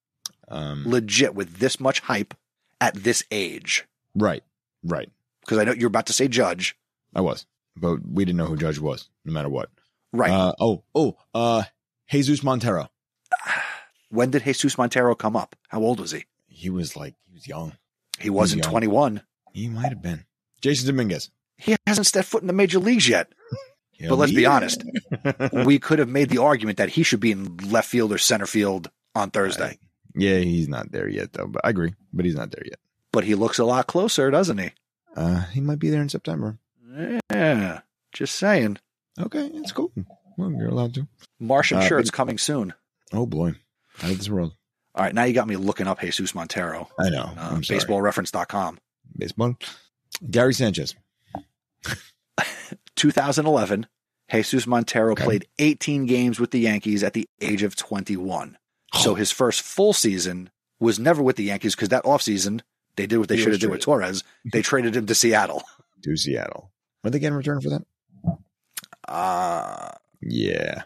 [SPEAKER 7] Um,
[SPEAKER 6] legit with this much hype at this age.
[SPEAKER 7] right, right.
[SPEAKER 6] Because I know you're about to say judge.
[SPEAKER 7] I was, but we didn't know who Judge was, no matter what.
[SPEAKER 6] Right.
[SPEAKER 7] Uh, oh, oh, uh, Jesus Montero.
[SPEAKER 6] When did Jesus Montero come up? How old was he?
[SPEAKER 7] He was like he was young.
[SPEAKER 6] He wasn't
[SPEAKER 7] young.
[SPEAKER 6] 21.
[SPEAKER 7] He might have been Jason Dominguez.
[SPEAKER 6] He hasn't stepped foot in the major leagues
[SPEAKER 7] <laughs>
[SPEAKER 6] yet.
[SPEAKER 7] Yeah,
[SPEAKER 6] But let's be
[SPEAKER 7] yeah.
[SPEAKER 6] honest, we could have made the argument that he should be in left field or center field on Thursday.
[SPEAKER 7] yeah, he's not there yet, though. But I agree. But he's not there yet.
[SPEAKER 6] But he looks a lot closer, doesn't he?
[SPEAKER 7] Uh, he might be there in September.
[SPEAKER 6] Yeah. Just saying.
[SPEAKER 7] Okay, that's cool. Well, you're allowed to.
[SPEAKER 6] Marsh, I'm
[SPEAKER 7] Uh,
[SPEAKER 6] sure
[SPEAKER 7] but-
[SPEAKER 6] it's coming soon.
[SPEAKER 7] Oh boy, out of this world.
[SPEAKER 6] All right, now you got me looking up Jesus Montero.
[SPEAKER 7] I know.
[SPEAKER 6] Uh,
[SPEAKER 7] I'm sorry.
[SPEAKER 6] baseballreference.com.
[SPEAKER 7] Baseball. Gary Sanchez.
[SPEAKER 6] 2011, Jesus Montero
[SPEAKER 7] Okay.
[SPEAKER 6] played 18 games with the Yankees at the age of 21.
[SPEAKER 7] Oh.
[SPEAKER 6] So his first full season was never with the Yankees because that offseason, they did what they
[SPEAKER 7] He
[SPEAKER 6] should
[SPEAKER 7] was
[SPEAKER 6] have did with
[SPEAKER 7] <laughs>
[SPEAKER 6] Torres. They traded him to Seattle.
[SPEAKER 7] to Seattle. What they get in return for that?
[SPEAKER 6] Uh,
[SPEAKER 7] Yeah.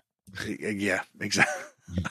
[SPEAKER 6] yeah, exactly. <laughs>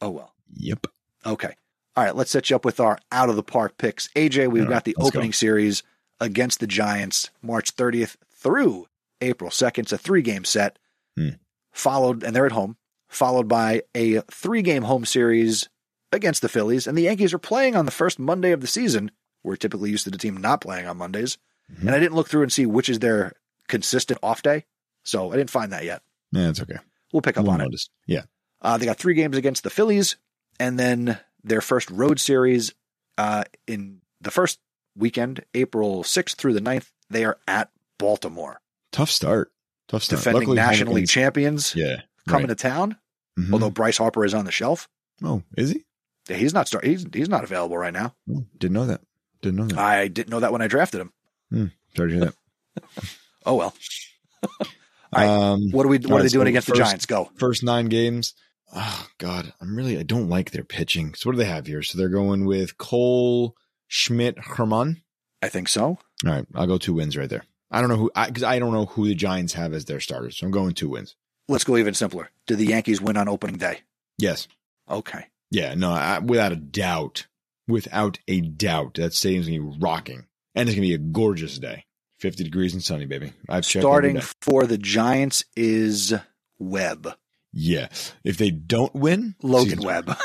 [SPEAKER 6] oh, well.
[SPEAKER 7] Yep.
[SPEAKER 6] Okay. All right, let's set you up with our out of the park picks. AJ, we've
[SPEAKER 7] All right,
[SPEAKER 6] got the
[SPEAKER 7] let's
[SPEAKER 6] opening series against the Giants March 30th through April 2nd. It's a three game set,
[SPEAKER 7] Hmm.
[SPEAKER 6] followed, and they're at home, followed by a three game home series against the Phillies. And the Yankees are playing on the first Monday of the season. We're typically used to the team not playing on Mondays.
[SPEAKER 7] Mhm.
[SPEAKER 6] And I didn't look through and see which is their consistent off day. So I didn't find that yet.
[SPEAKER 7] Yeah, it's okay.
[SPEAKER 6] We'll pick up
[SPEAKER 7] We'll
[SPEAKER 6] on it.
[SPEAKER 7] notice. Yeah.
[SPEAKER 6] Uh, they got three games against the Phillies, and then their first road series uh, in the first weekend, April 6th through the 9th, they are at Baltimore.
[SPEAKER 7] Tough start. Tough start.
[SPEAKER 6] Defending
[SPEAKER 7] Uh, Luckily,
[SPEAKER 6] National League
[SPEAKER 7] Hamilton's-
[SPEAKER 6] champions
[SPEAKER 7] Yeah.
[SPEAKER 6] coming
[SPEAKER 7] right.
[SPEAKER 6] to town,
[SPEAKER 7] Mhm.
[SPEAKER 6] although Bryce Harper is on the shelf.
[SPEAKER 7] oh, is he?
[SPEAKER 6] Yeah, he's not start. He's he's not available right now.
[SPEAKER 7] Oh, Didn't know that. Didn't know that.
[SPEAKER 6] I didn't know that when I drafted him.
[SPEAKER 7] Sorry to hear that.
[SPEAKER 6] Oh well. All right.
[SPEAKER 7] Um,
[SPEAKER 6] What are we? What
[SPEAKER 7] all
[SPEAKER 6] are they
[SPEAKER 7] right,
[SPEAKER 6] doing
[SPEAKER 7] so
[SPEAKER 6] against the
[SPEAKER 7] first-
[SPEAKER 6] Giants? Go.
[SPEAKER 7] First nine games. Oh God, I'm really I don't like their pitching. So what do they have here? So they're going with Cole Schmidt Herman.
[SPEAKER 6] I think so.
[SPEAKER 7] All right, I'll go two wins right there. I don't know who I because I don't know who the Giants have as their starters. So I'm going two wins.
[SPEAKER 6] Let's go even simpler. Did the Yankees win on opening day?
[SPEAKER 7] Yes.
[SPEAKER 6] Okay.
[SPEAKER 7] Yeah. No. I, without a doubt. Without a doubt, that stadium's gonna be rocking, and it's gonna be a gorgeous day. 50 degrees and sunny, baby. I've checked. every
[SPEAKER 6] Starting
[SPEAKER 7] day.
[SPEAKER 6] for the Giants is Webb,
[SPEAKER 7] Yeah. If they don't win,
[SPEAKER 6] Logan
[SPEAKER 7] season's
[SPEAKER 6] Webb,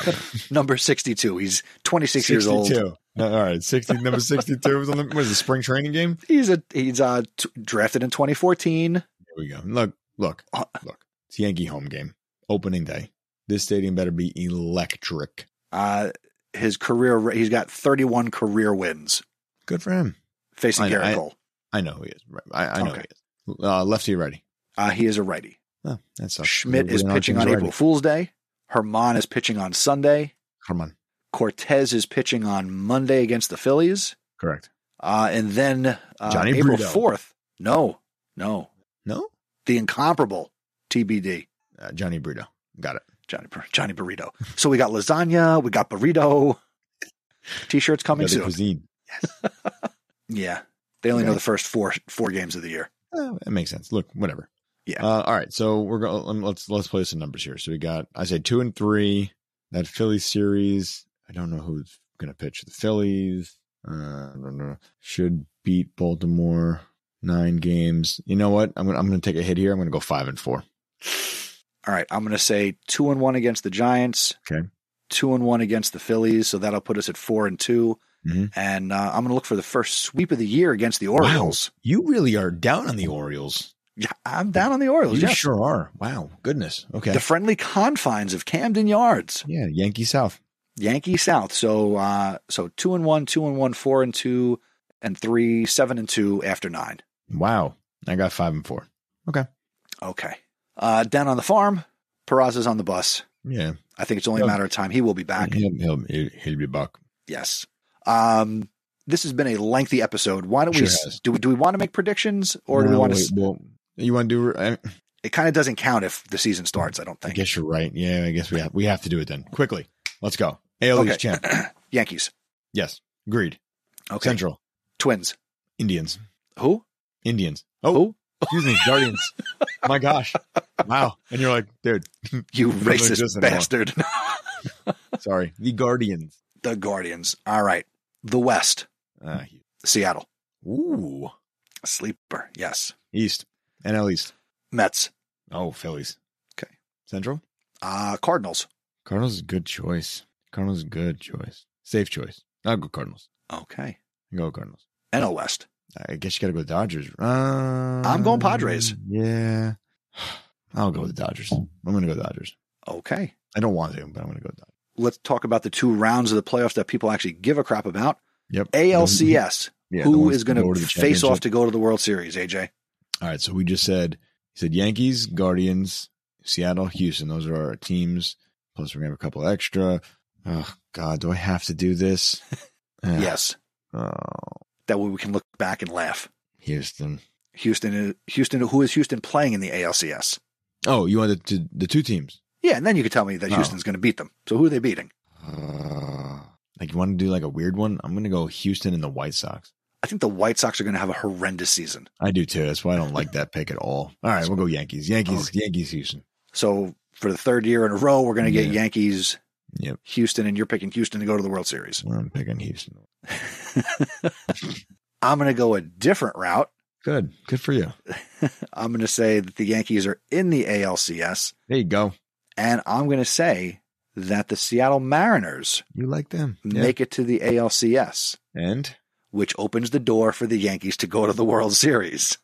[SPEAKER 6] <laughs> number sixty-two. He's twenty-six years old.
[SPEAKER 7] 62. Uh, All right, sixty number sixty-two was on the was the spring training game.
[SPEAKER 6] He's a he's uh t- drafted in twenty fourteen.
[SPEAKER 7] Here we go. Look, look,
[SPEAKER 6] Uh,
[SPEAKER 7] look. It's Yankee home game, opening day. This stadium better be electric.
[SPEAKER 6] Uh, his career he's got thirty-one career wins
[SPEAKER 7] Good for him.
[SPEAKER 6] facing
[SPEAKER 7] I-
[SPEAKER 6] Garrett
[SPEAKER 7] I-
[SPEAKER 6] Cole.
[SPEAKER 7] I know who he is. Right. I, I know
[SPEAKER 6] Okay.
[SPEAKER 7] who he is. Uh, lefty, or righty.
[SPEAKER 6] Uh, he is a righty.
[SPEAKER 7] Oh, that sucks.
[SPEAKER 6] Schmidt is
[SPEAKER 7] Everybody
[SPEAKER 6] pitching on
[SPEAKER 7] team's
[SPEAKER 6] April
[SPEAKER 7] righty.
[SPEAKER 6] Fool's Day. Herman is pitching on Sunday.
[SPEAKER 7] Come on.
[SPEAKER 6] Cortez is pitching on Monday against the Phillies.
[SPEAKER 7] Correct.
[SPEAKER 6] Uh, and then uh,
[SPEAKER 7] Johnny
[SPEAKER 6] April
[SPEAKER 7] Brito.
[SPEAKER 6] 4th. No, no.
[SPEAKER 7] No,
[SPEAKER 6] The incomparable TBD.
[SPEAKER 7] uh, Johnny Brito. Got it.
[SPEAKER 6] Johnny, Bur- Johnny Burrito. So we got lasagna. We got burrito. T shirts coming
[SPEAKER 7] Another
[SPEAKER 6] soon.
[SPEAKER 7] cuisine.
[SPEAKER 6] Yeah. They only know
[SPEAKER 7] Okay.
[SPEAKER 6] the first four four games of the year.
[SPEAKER 7] Uh, that makes sense. Look, whatever.
[SPEAKER 6] Yeah.
[SPEAKER 7] Uh, all right. So we're going. Let's let's play some numbers here. So we got I say two and three. That Philly series. I don't know who's going to pitch the Phillies. Uh, I don't know. Should beat Baltimore nine games. You know what? I'm gonna I'm gonna take a hit here. I'm gonna go five and four.
[SPEAKER 6] All right. I'm going to say two and one against the Giants.
[SPEAKER 7] Okay.
[SPEAKER 6] Two and one against the Phillies. So that'll put us at four and 2
[SPEAKER 7] Mhm.
[SPEAKER 6] And uh, I'm going to look for the first sweep of the year against the Orioles.
[SPEAKER 7] You really are down on the Orioles.
[SPEAKER 6] Yeah, I'm down on the Orioles.
[SPEAKER 7] you
[SPEAKER 6] yes.
[SPEAKER 7] sure are. Wow. Goodness. Okay.
[SPEAKER 6] The friendly confines of Camden Yards,
[SPEAKER 7] yeah. Yankee South.
[SPEAKER 6] Yankee South. So, uh, so two and one, two and one, four and two, and three, seven and two after nine.
[SPEAKER 7] Wow. I got five and four.
[SPEAKER 6] Okay. Uh, down on the farm, Peraza's on the bus.
[SPEAKER 7] Yeah.
[SPEAKER 6] I think it's only a matter of time. He will be back.
[SPEAKER 7] He'll, he'll, he'll he'll be back.
[SPEAKER 6] Yes. Um, this has been a lengthy episode. Why don't we
[SPEAKER 7] Sure
[SPEAKER 6] s-
[SPEAKER 7] has.
[SPEAKER 6] do? We, do we want to make predictions, or do we
[SPEAKER 7] No,
[SPEAKER 6] want
[SPEAKER 7] wait,
[SPEAKER 6] to?
[SPEAKER 7] Well, you want to do? I-
[SPEAKER 6] It kind of doesn't count if the season starts. I don't
[SPEAKER 7] I
[SPEAKER 6] think.
[SPEAKER 7] guess you're right. Yeah, I guess we have we have to do it then. Quickly. Let's go. AL East
[SPEAKER 6] Okay. <clears throat>
[SPEAKER 7] champ.
[SPEAKER 6] Yankees.
[SPEAKER 7] Yes. Agreed.
[SPEAKER 6] Okay.
[SPEAKER 7] Central.
[SPEAKER 6] Twins.
[SPEAKER 7] Indians.
[SPEAKER 6] Who?
[SPEAKER 7] Indians. Oh,
[SPEAKER 6] Who?
[SPEAKER 7] excuse me.
[SPEAKER 6] <laughs>
[SPEAKER 7] Guardians. My gosh. Wow. And you're like, dude, <laughs>
[SPEAKER 6] You
[SPEAKER 7] Doesn't exist
[SPEAKER 6] racist
[SPEAKER 7] anymore.
[SPEAKER 6] bastard. <laughs>
[SPEAKER 7] sorry. The Guardians.
[SPEAKER 6] the Guardians. All right. The West.
[SPEAKER 7] Uh,
[SPEAKER 6] Seattle.
[SPEAKER 7] ooh.
[SPEAKER 6] Sleeper. Yes.
[SPEAKER 7] East. NL East.
[SPEAKER 6] Mets.
[SPEAKER 7] Oh, Phillies.
[SPEAKER 6] Okay.
[SPEAKER 7] Central.
[SPEAKER 6] Uh, Cardinals.
[SPEAKER 7] Cardinals is a good choice. Cardinals is a good choice. Safe choice. I'll go Cardinals.
[SPEAKER 6] Okay.
[SPEAKER 7] I'll go Cardinals.
[SPEAKER 6] NL West.
[SPEAKER 7] I guess you got to go Dodgers. Uh,
[SPEAKER 6] I'm going Padres.
[SPEAKER 7] Yeah. <sighs> I'll go with the Dodgers. I'm going to go Dodgers.
[SPEAKER 6] Okay.
[SPEAKER 7] I don't want to, but I'm going to go Dodgers.
[SPEAKER 6] Let's talk about the two rounds of the playoffs that people actually give a crap about.
[SPEAKER 7] Yep.
[SPEAKER 6] ALCS.
[SPEAKER 7] Yeah, the
[SPEAKER 6] Who
[SPEAKER 7] ones
[SPEAKER 6] is
[SPEAKER 7] that
[SPEAKER 6] going
[SPEAKER 7] go
[SPEAKER 6] to
[SPEAKER 7] the
[SPEAKER 6] face off
[SPEAKER 7] championship.
[SPEAKER 6] to go to the World Series, AJ?
[SPEAKER 7] All right. So we just said, he said Yankees, Guardians, Seattle, Houston. Those are our teams. Plus, we're going to have a couple extra. Oh, God. Do I have to
[SPEAKER 6] <laughs>
[SPEAKER 7] do this? Ah,
[SPEAKER 6] Yes.
[SPEAKER 7] Oh,
[SPEAKER 6] That way we can look back and laugh.
[SPEAKER 7] Houston.
[SPEAKER 6] Houston, is- Houston, who is Houston playing in the ALCS?
[SPEAKER 7] Oh, you wanted to, the two teams.
[SPEAKER 6] Yeah, and then you can tell me that
[SPEAKER 7] Oh.
[SPEAKER 6] Houston's going to beat them. So who are they beating?
[SPEAKER 7] Uh, like, you want to do like a weird one? I'm going to go Houston and the White Sox.
[SPEAKER 6] I think the White Sox are going to have a horrendous season.
[SPEAKER 7] I do too. That's why I don't like that pick at all. All right, we'll go Yankees. Yankees, Yankees, Houston.
[SPEAKER 6] So for the third year in a row, we're going to get
[SPEAKER 7] Yeah.
[SPEAKER 6] Yankees,
[SPEAKER 7] Yep.
[SPEAKER 6] Houston, and you're picking Houston to go to the World Series.
[SPEAKER 7] Well, I'm picking Houston.
[SPEAKER 6] I'm going to go a different route.
[SPEAKER 7] Good. Good for you.
[SPEAKER 6] I'm going to say that the Yankees are in the ALCS,
[SPEAKER 7] There you go.
[SPEAKER 6] and I'm going to say that the Seattle Mariners
[SPEAKER 7] You like them. Yeah.
[SPEAKER 6] make it to the ALCS,
[SPEAKER 7] and
[SPEAKER 6] which opens the door for the Yankees to go to the World Series.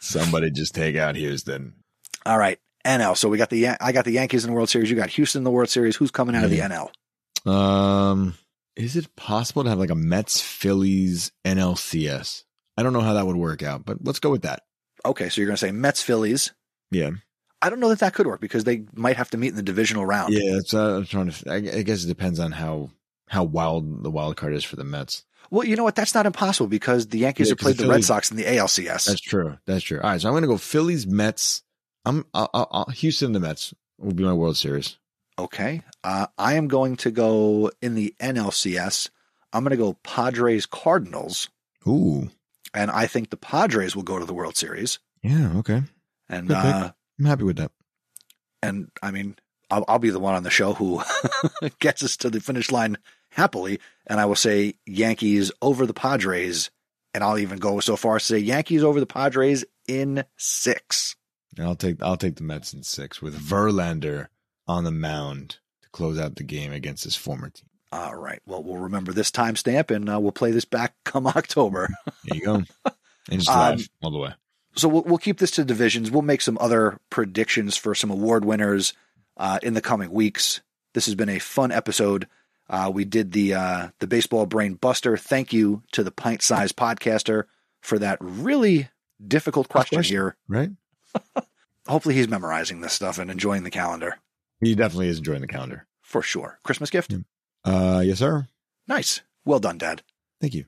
[SPEAKER 7] somebody just take out Houston.
[SPEAKER 6] All right, NL. So we got the Yan- I got the Yankees in the World Series. You got Houston in the World Series. Who's coming out of the
[SPEAKER 7] Yeah.
[SPEAKER 6] NL?
[SPEAKER 7] Um is it possible to have like a Mets Phillies NLCS? I don't know how that would work out, but let's go with that.
[SPEAKER 6] Okay, so you're going to say Mets, Phillies.
[SPEAKER 7] Yeah.
[SPEAKER 6] I don't know that that could work because they might have to meet in the divisional round.
[SPEAKER 7] Yeah, that's uh, I'm trying to. I, gu- I guess it depends on how how wild the wild card is for the Mets.
[SPEAKER 6] Well, you know what? That's not impossible because the Yankees
[SPEAKER 7] Yeah,
[SPEAKER 6] have
[SPEAKER 7] 'cause
[SPEAKER 6] played
[SPEAKER 7] the
[SPEAKER 6] the Red
[SPEAKER 7] Phillies-
[SPEAKER 6] Sox in the ALCS.
[SPEAKER 7] That's true. That's true. All right, so I'm going to go Phillies, Mets. I'm I'll, I'll, I'll- Houston, the Mets will be my World Series.
[SPEAKER 6] Okay. Uh, I am going to go in the NLCS. I'm going to go Padres Cardinals,
[SPEAKER 7] Ooh,
[SPEAKER 6] and I think the Padres will go to the World Series.
[SPEAKER 7] yeah, okay.
[SPEAKER 6] And
[SPEAKER 7] Good pick.
[SPEAKER 6] uh,
[SPEAKER 7] I'm happy with that.
[SPEAKER 6] and I mean, I'll, I'll be the one on the show who <laughs> gets us to the finish line happily, and I will say Yankees over the Padres, and I'll even go so far as to say Yankees over the Padres in six.
[SPEAKER 7] And I'll take I'll take the Mets in six with Verlander on the mound to close out the game against his former team.
[SPEAKER 6] All right. Well, we'll remember this timestamp, and uh, we'll play this back come <laughs> October.
[SPEAKER 7] There you go. and just
[SPEAKER 6] Um,
[SPEAKER 7] live all the way.
[SPEAKER 6] so we'll, we'll keep this to divisions. We'll make some other predictions for some award winners uh, in the coming weeks. This has been a fun episode. Uh, we did the uh, the baseball brain buster. Thank you to the pint size podcaster for that really difficult question,
[SPEAKER 7] question.
[SPEAKER 6] here.
[SPEAKER 7] Right?
[SPEAKER 6] Hopefully, he's memorizing this stuff and enjoying the calendar
[SPEAKER 7] He definitely is enjoying the calendar.
[SPEAKER 6] for sure. Christmas gift,
[SPEAKER 7] Yeah. Uh, yes, sir.
[SPEAKER 6] nice, well done, Dad.
[SPEAKER 7] Thank you.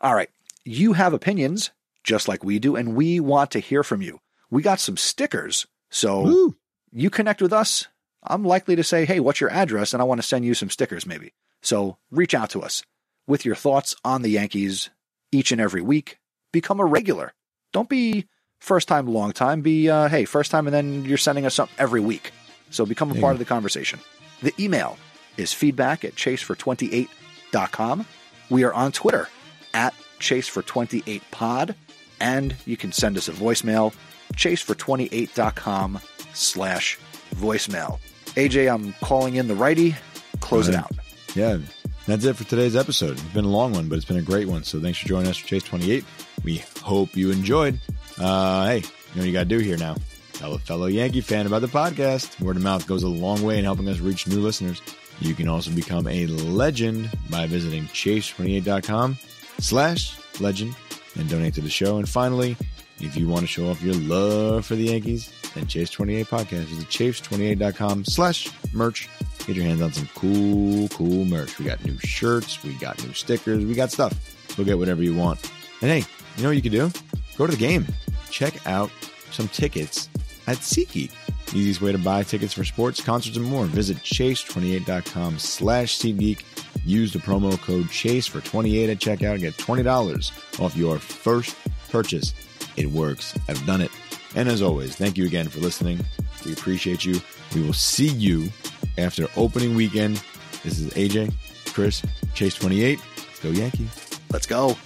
[SPEAKER 6] All right. You have opinions just like we do, and we want to hear from you. We got some stickers. So
[SPEAKER 7] Woo.
[SPEAKER 6] you connect with us. I'm likely to say, hey, what's your address? And I want to send you some stickers, maybe. So reach out to us with your thoughts on the Yankees each and every week. Become a regular. Don't be first time, long time. Be, uh, hey, first time, and then you're sending us something every week. So become a
[SPEAKER 7] There
[SPEAKER 6] part
[SPEAKER 7] you
[SPEAKER 6] of the conversation. The email is feedback at chasefor28.com. We are on Twitter at chasefor28pod, and you can send us a voicemail, chasefor28.com slash voicemail. AJ, I'm calling in the righty. Close it
[SPEAKER 7] Right.
[SPEAKER 6] out.
[SPEAKER 7] Yeah, that's it for today's episode. It's been a long one, but it's been a great one. So thanks for joining us for Chase 28. We hope you enjoyed. Uh, hey, you know what you got to do here now? Tell a fellow Yankee fan about the podcast. Word of mouth goes a long way in helping us reach new listeners. You can also become a legend by visiting chase28.com slash legend and donate to the show. And finally, if you want to show off your love for the Yankees, then Chase 28 Podcast. Visit chase28.com slash merch. Get your hands on some cool, cool merch. We got new shirts. We got new stickers. We got stuff. Go get whatever you want. And hey, you know what you can do? Go to the game. Check out some tickets at SeatGeek. Easiest way to buy tickets for sports, concerts, and more. Visit chase28.com slash SeatGeek. Use the promo code CHASE for 28 at checkout and get $20 off your first purchase. It works. I've done it. And as always, thank you again for listening. We appreciate you. We will see you after opening weekend. This is AJ, Chris, Chase28. Let's go Yankees.
[SPEAKER 6] Let's go.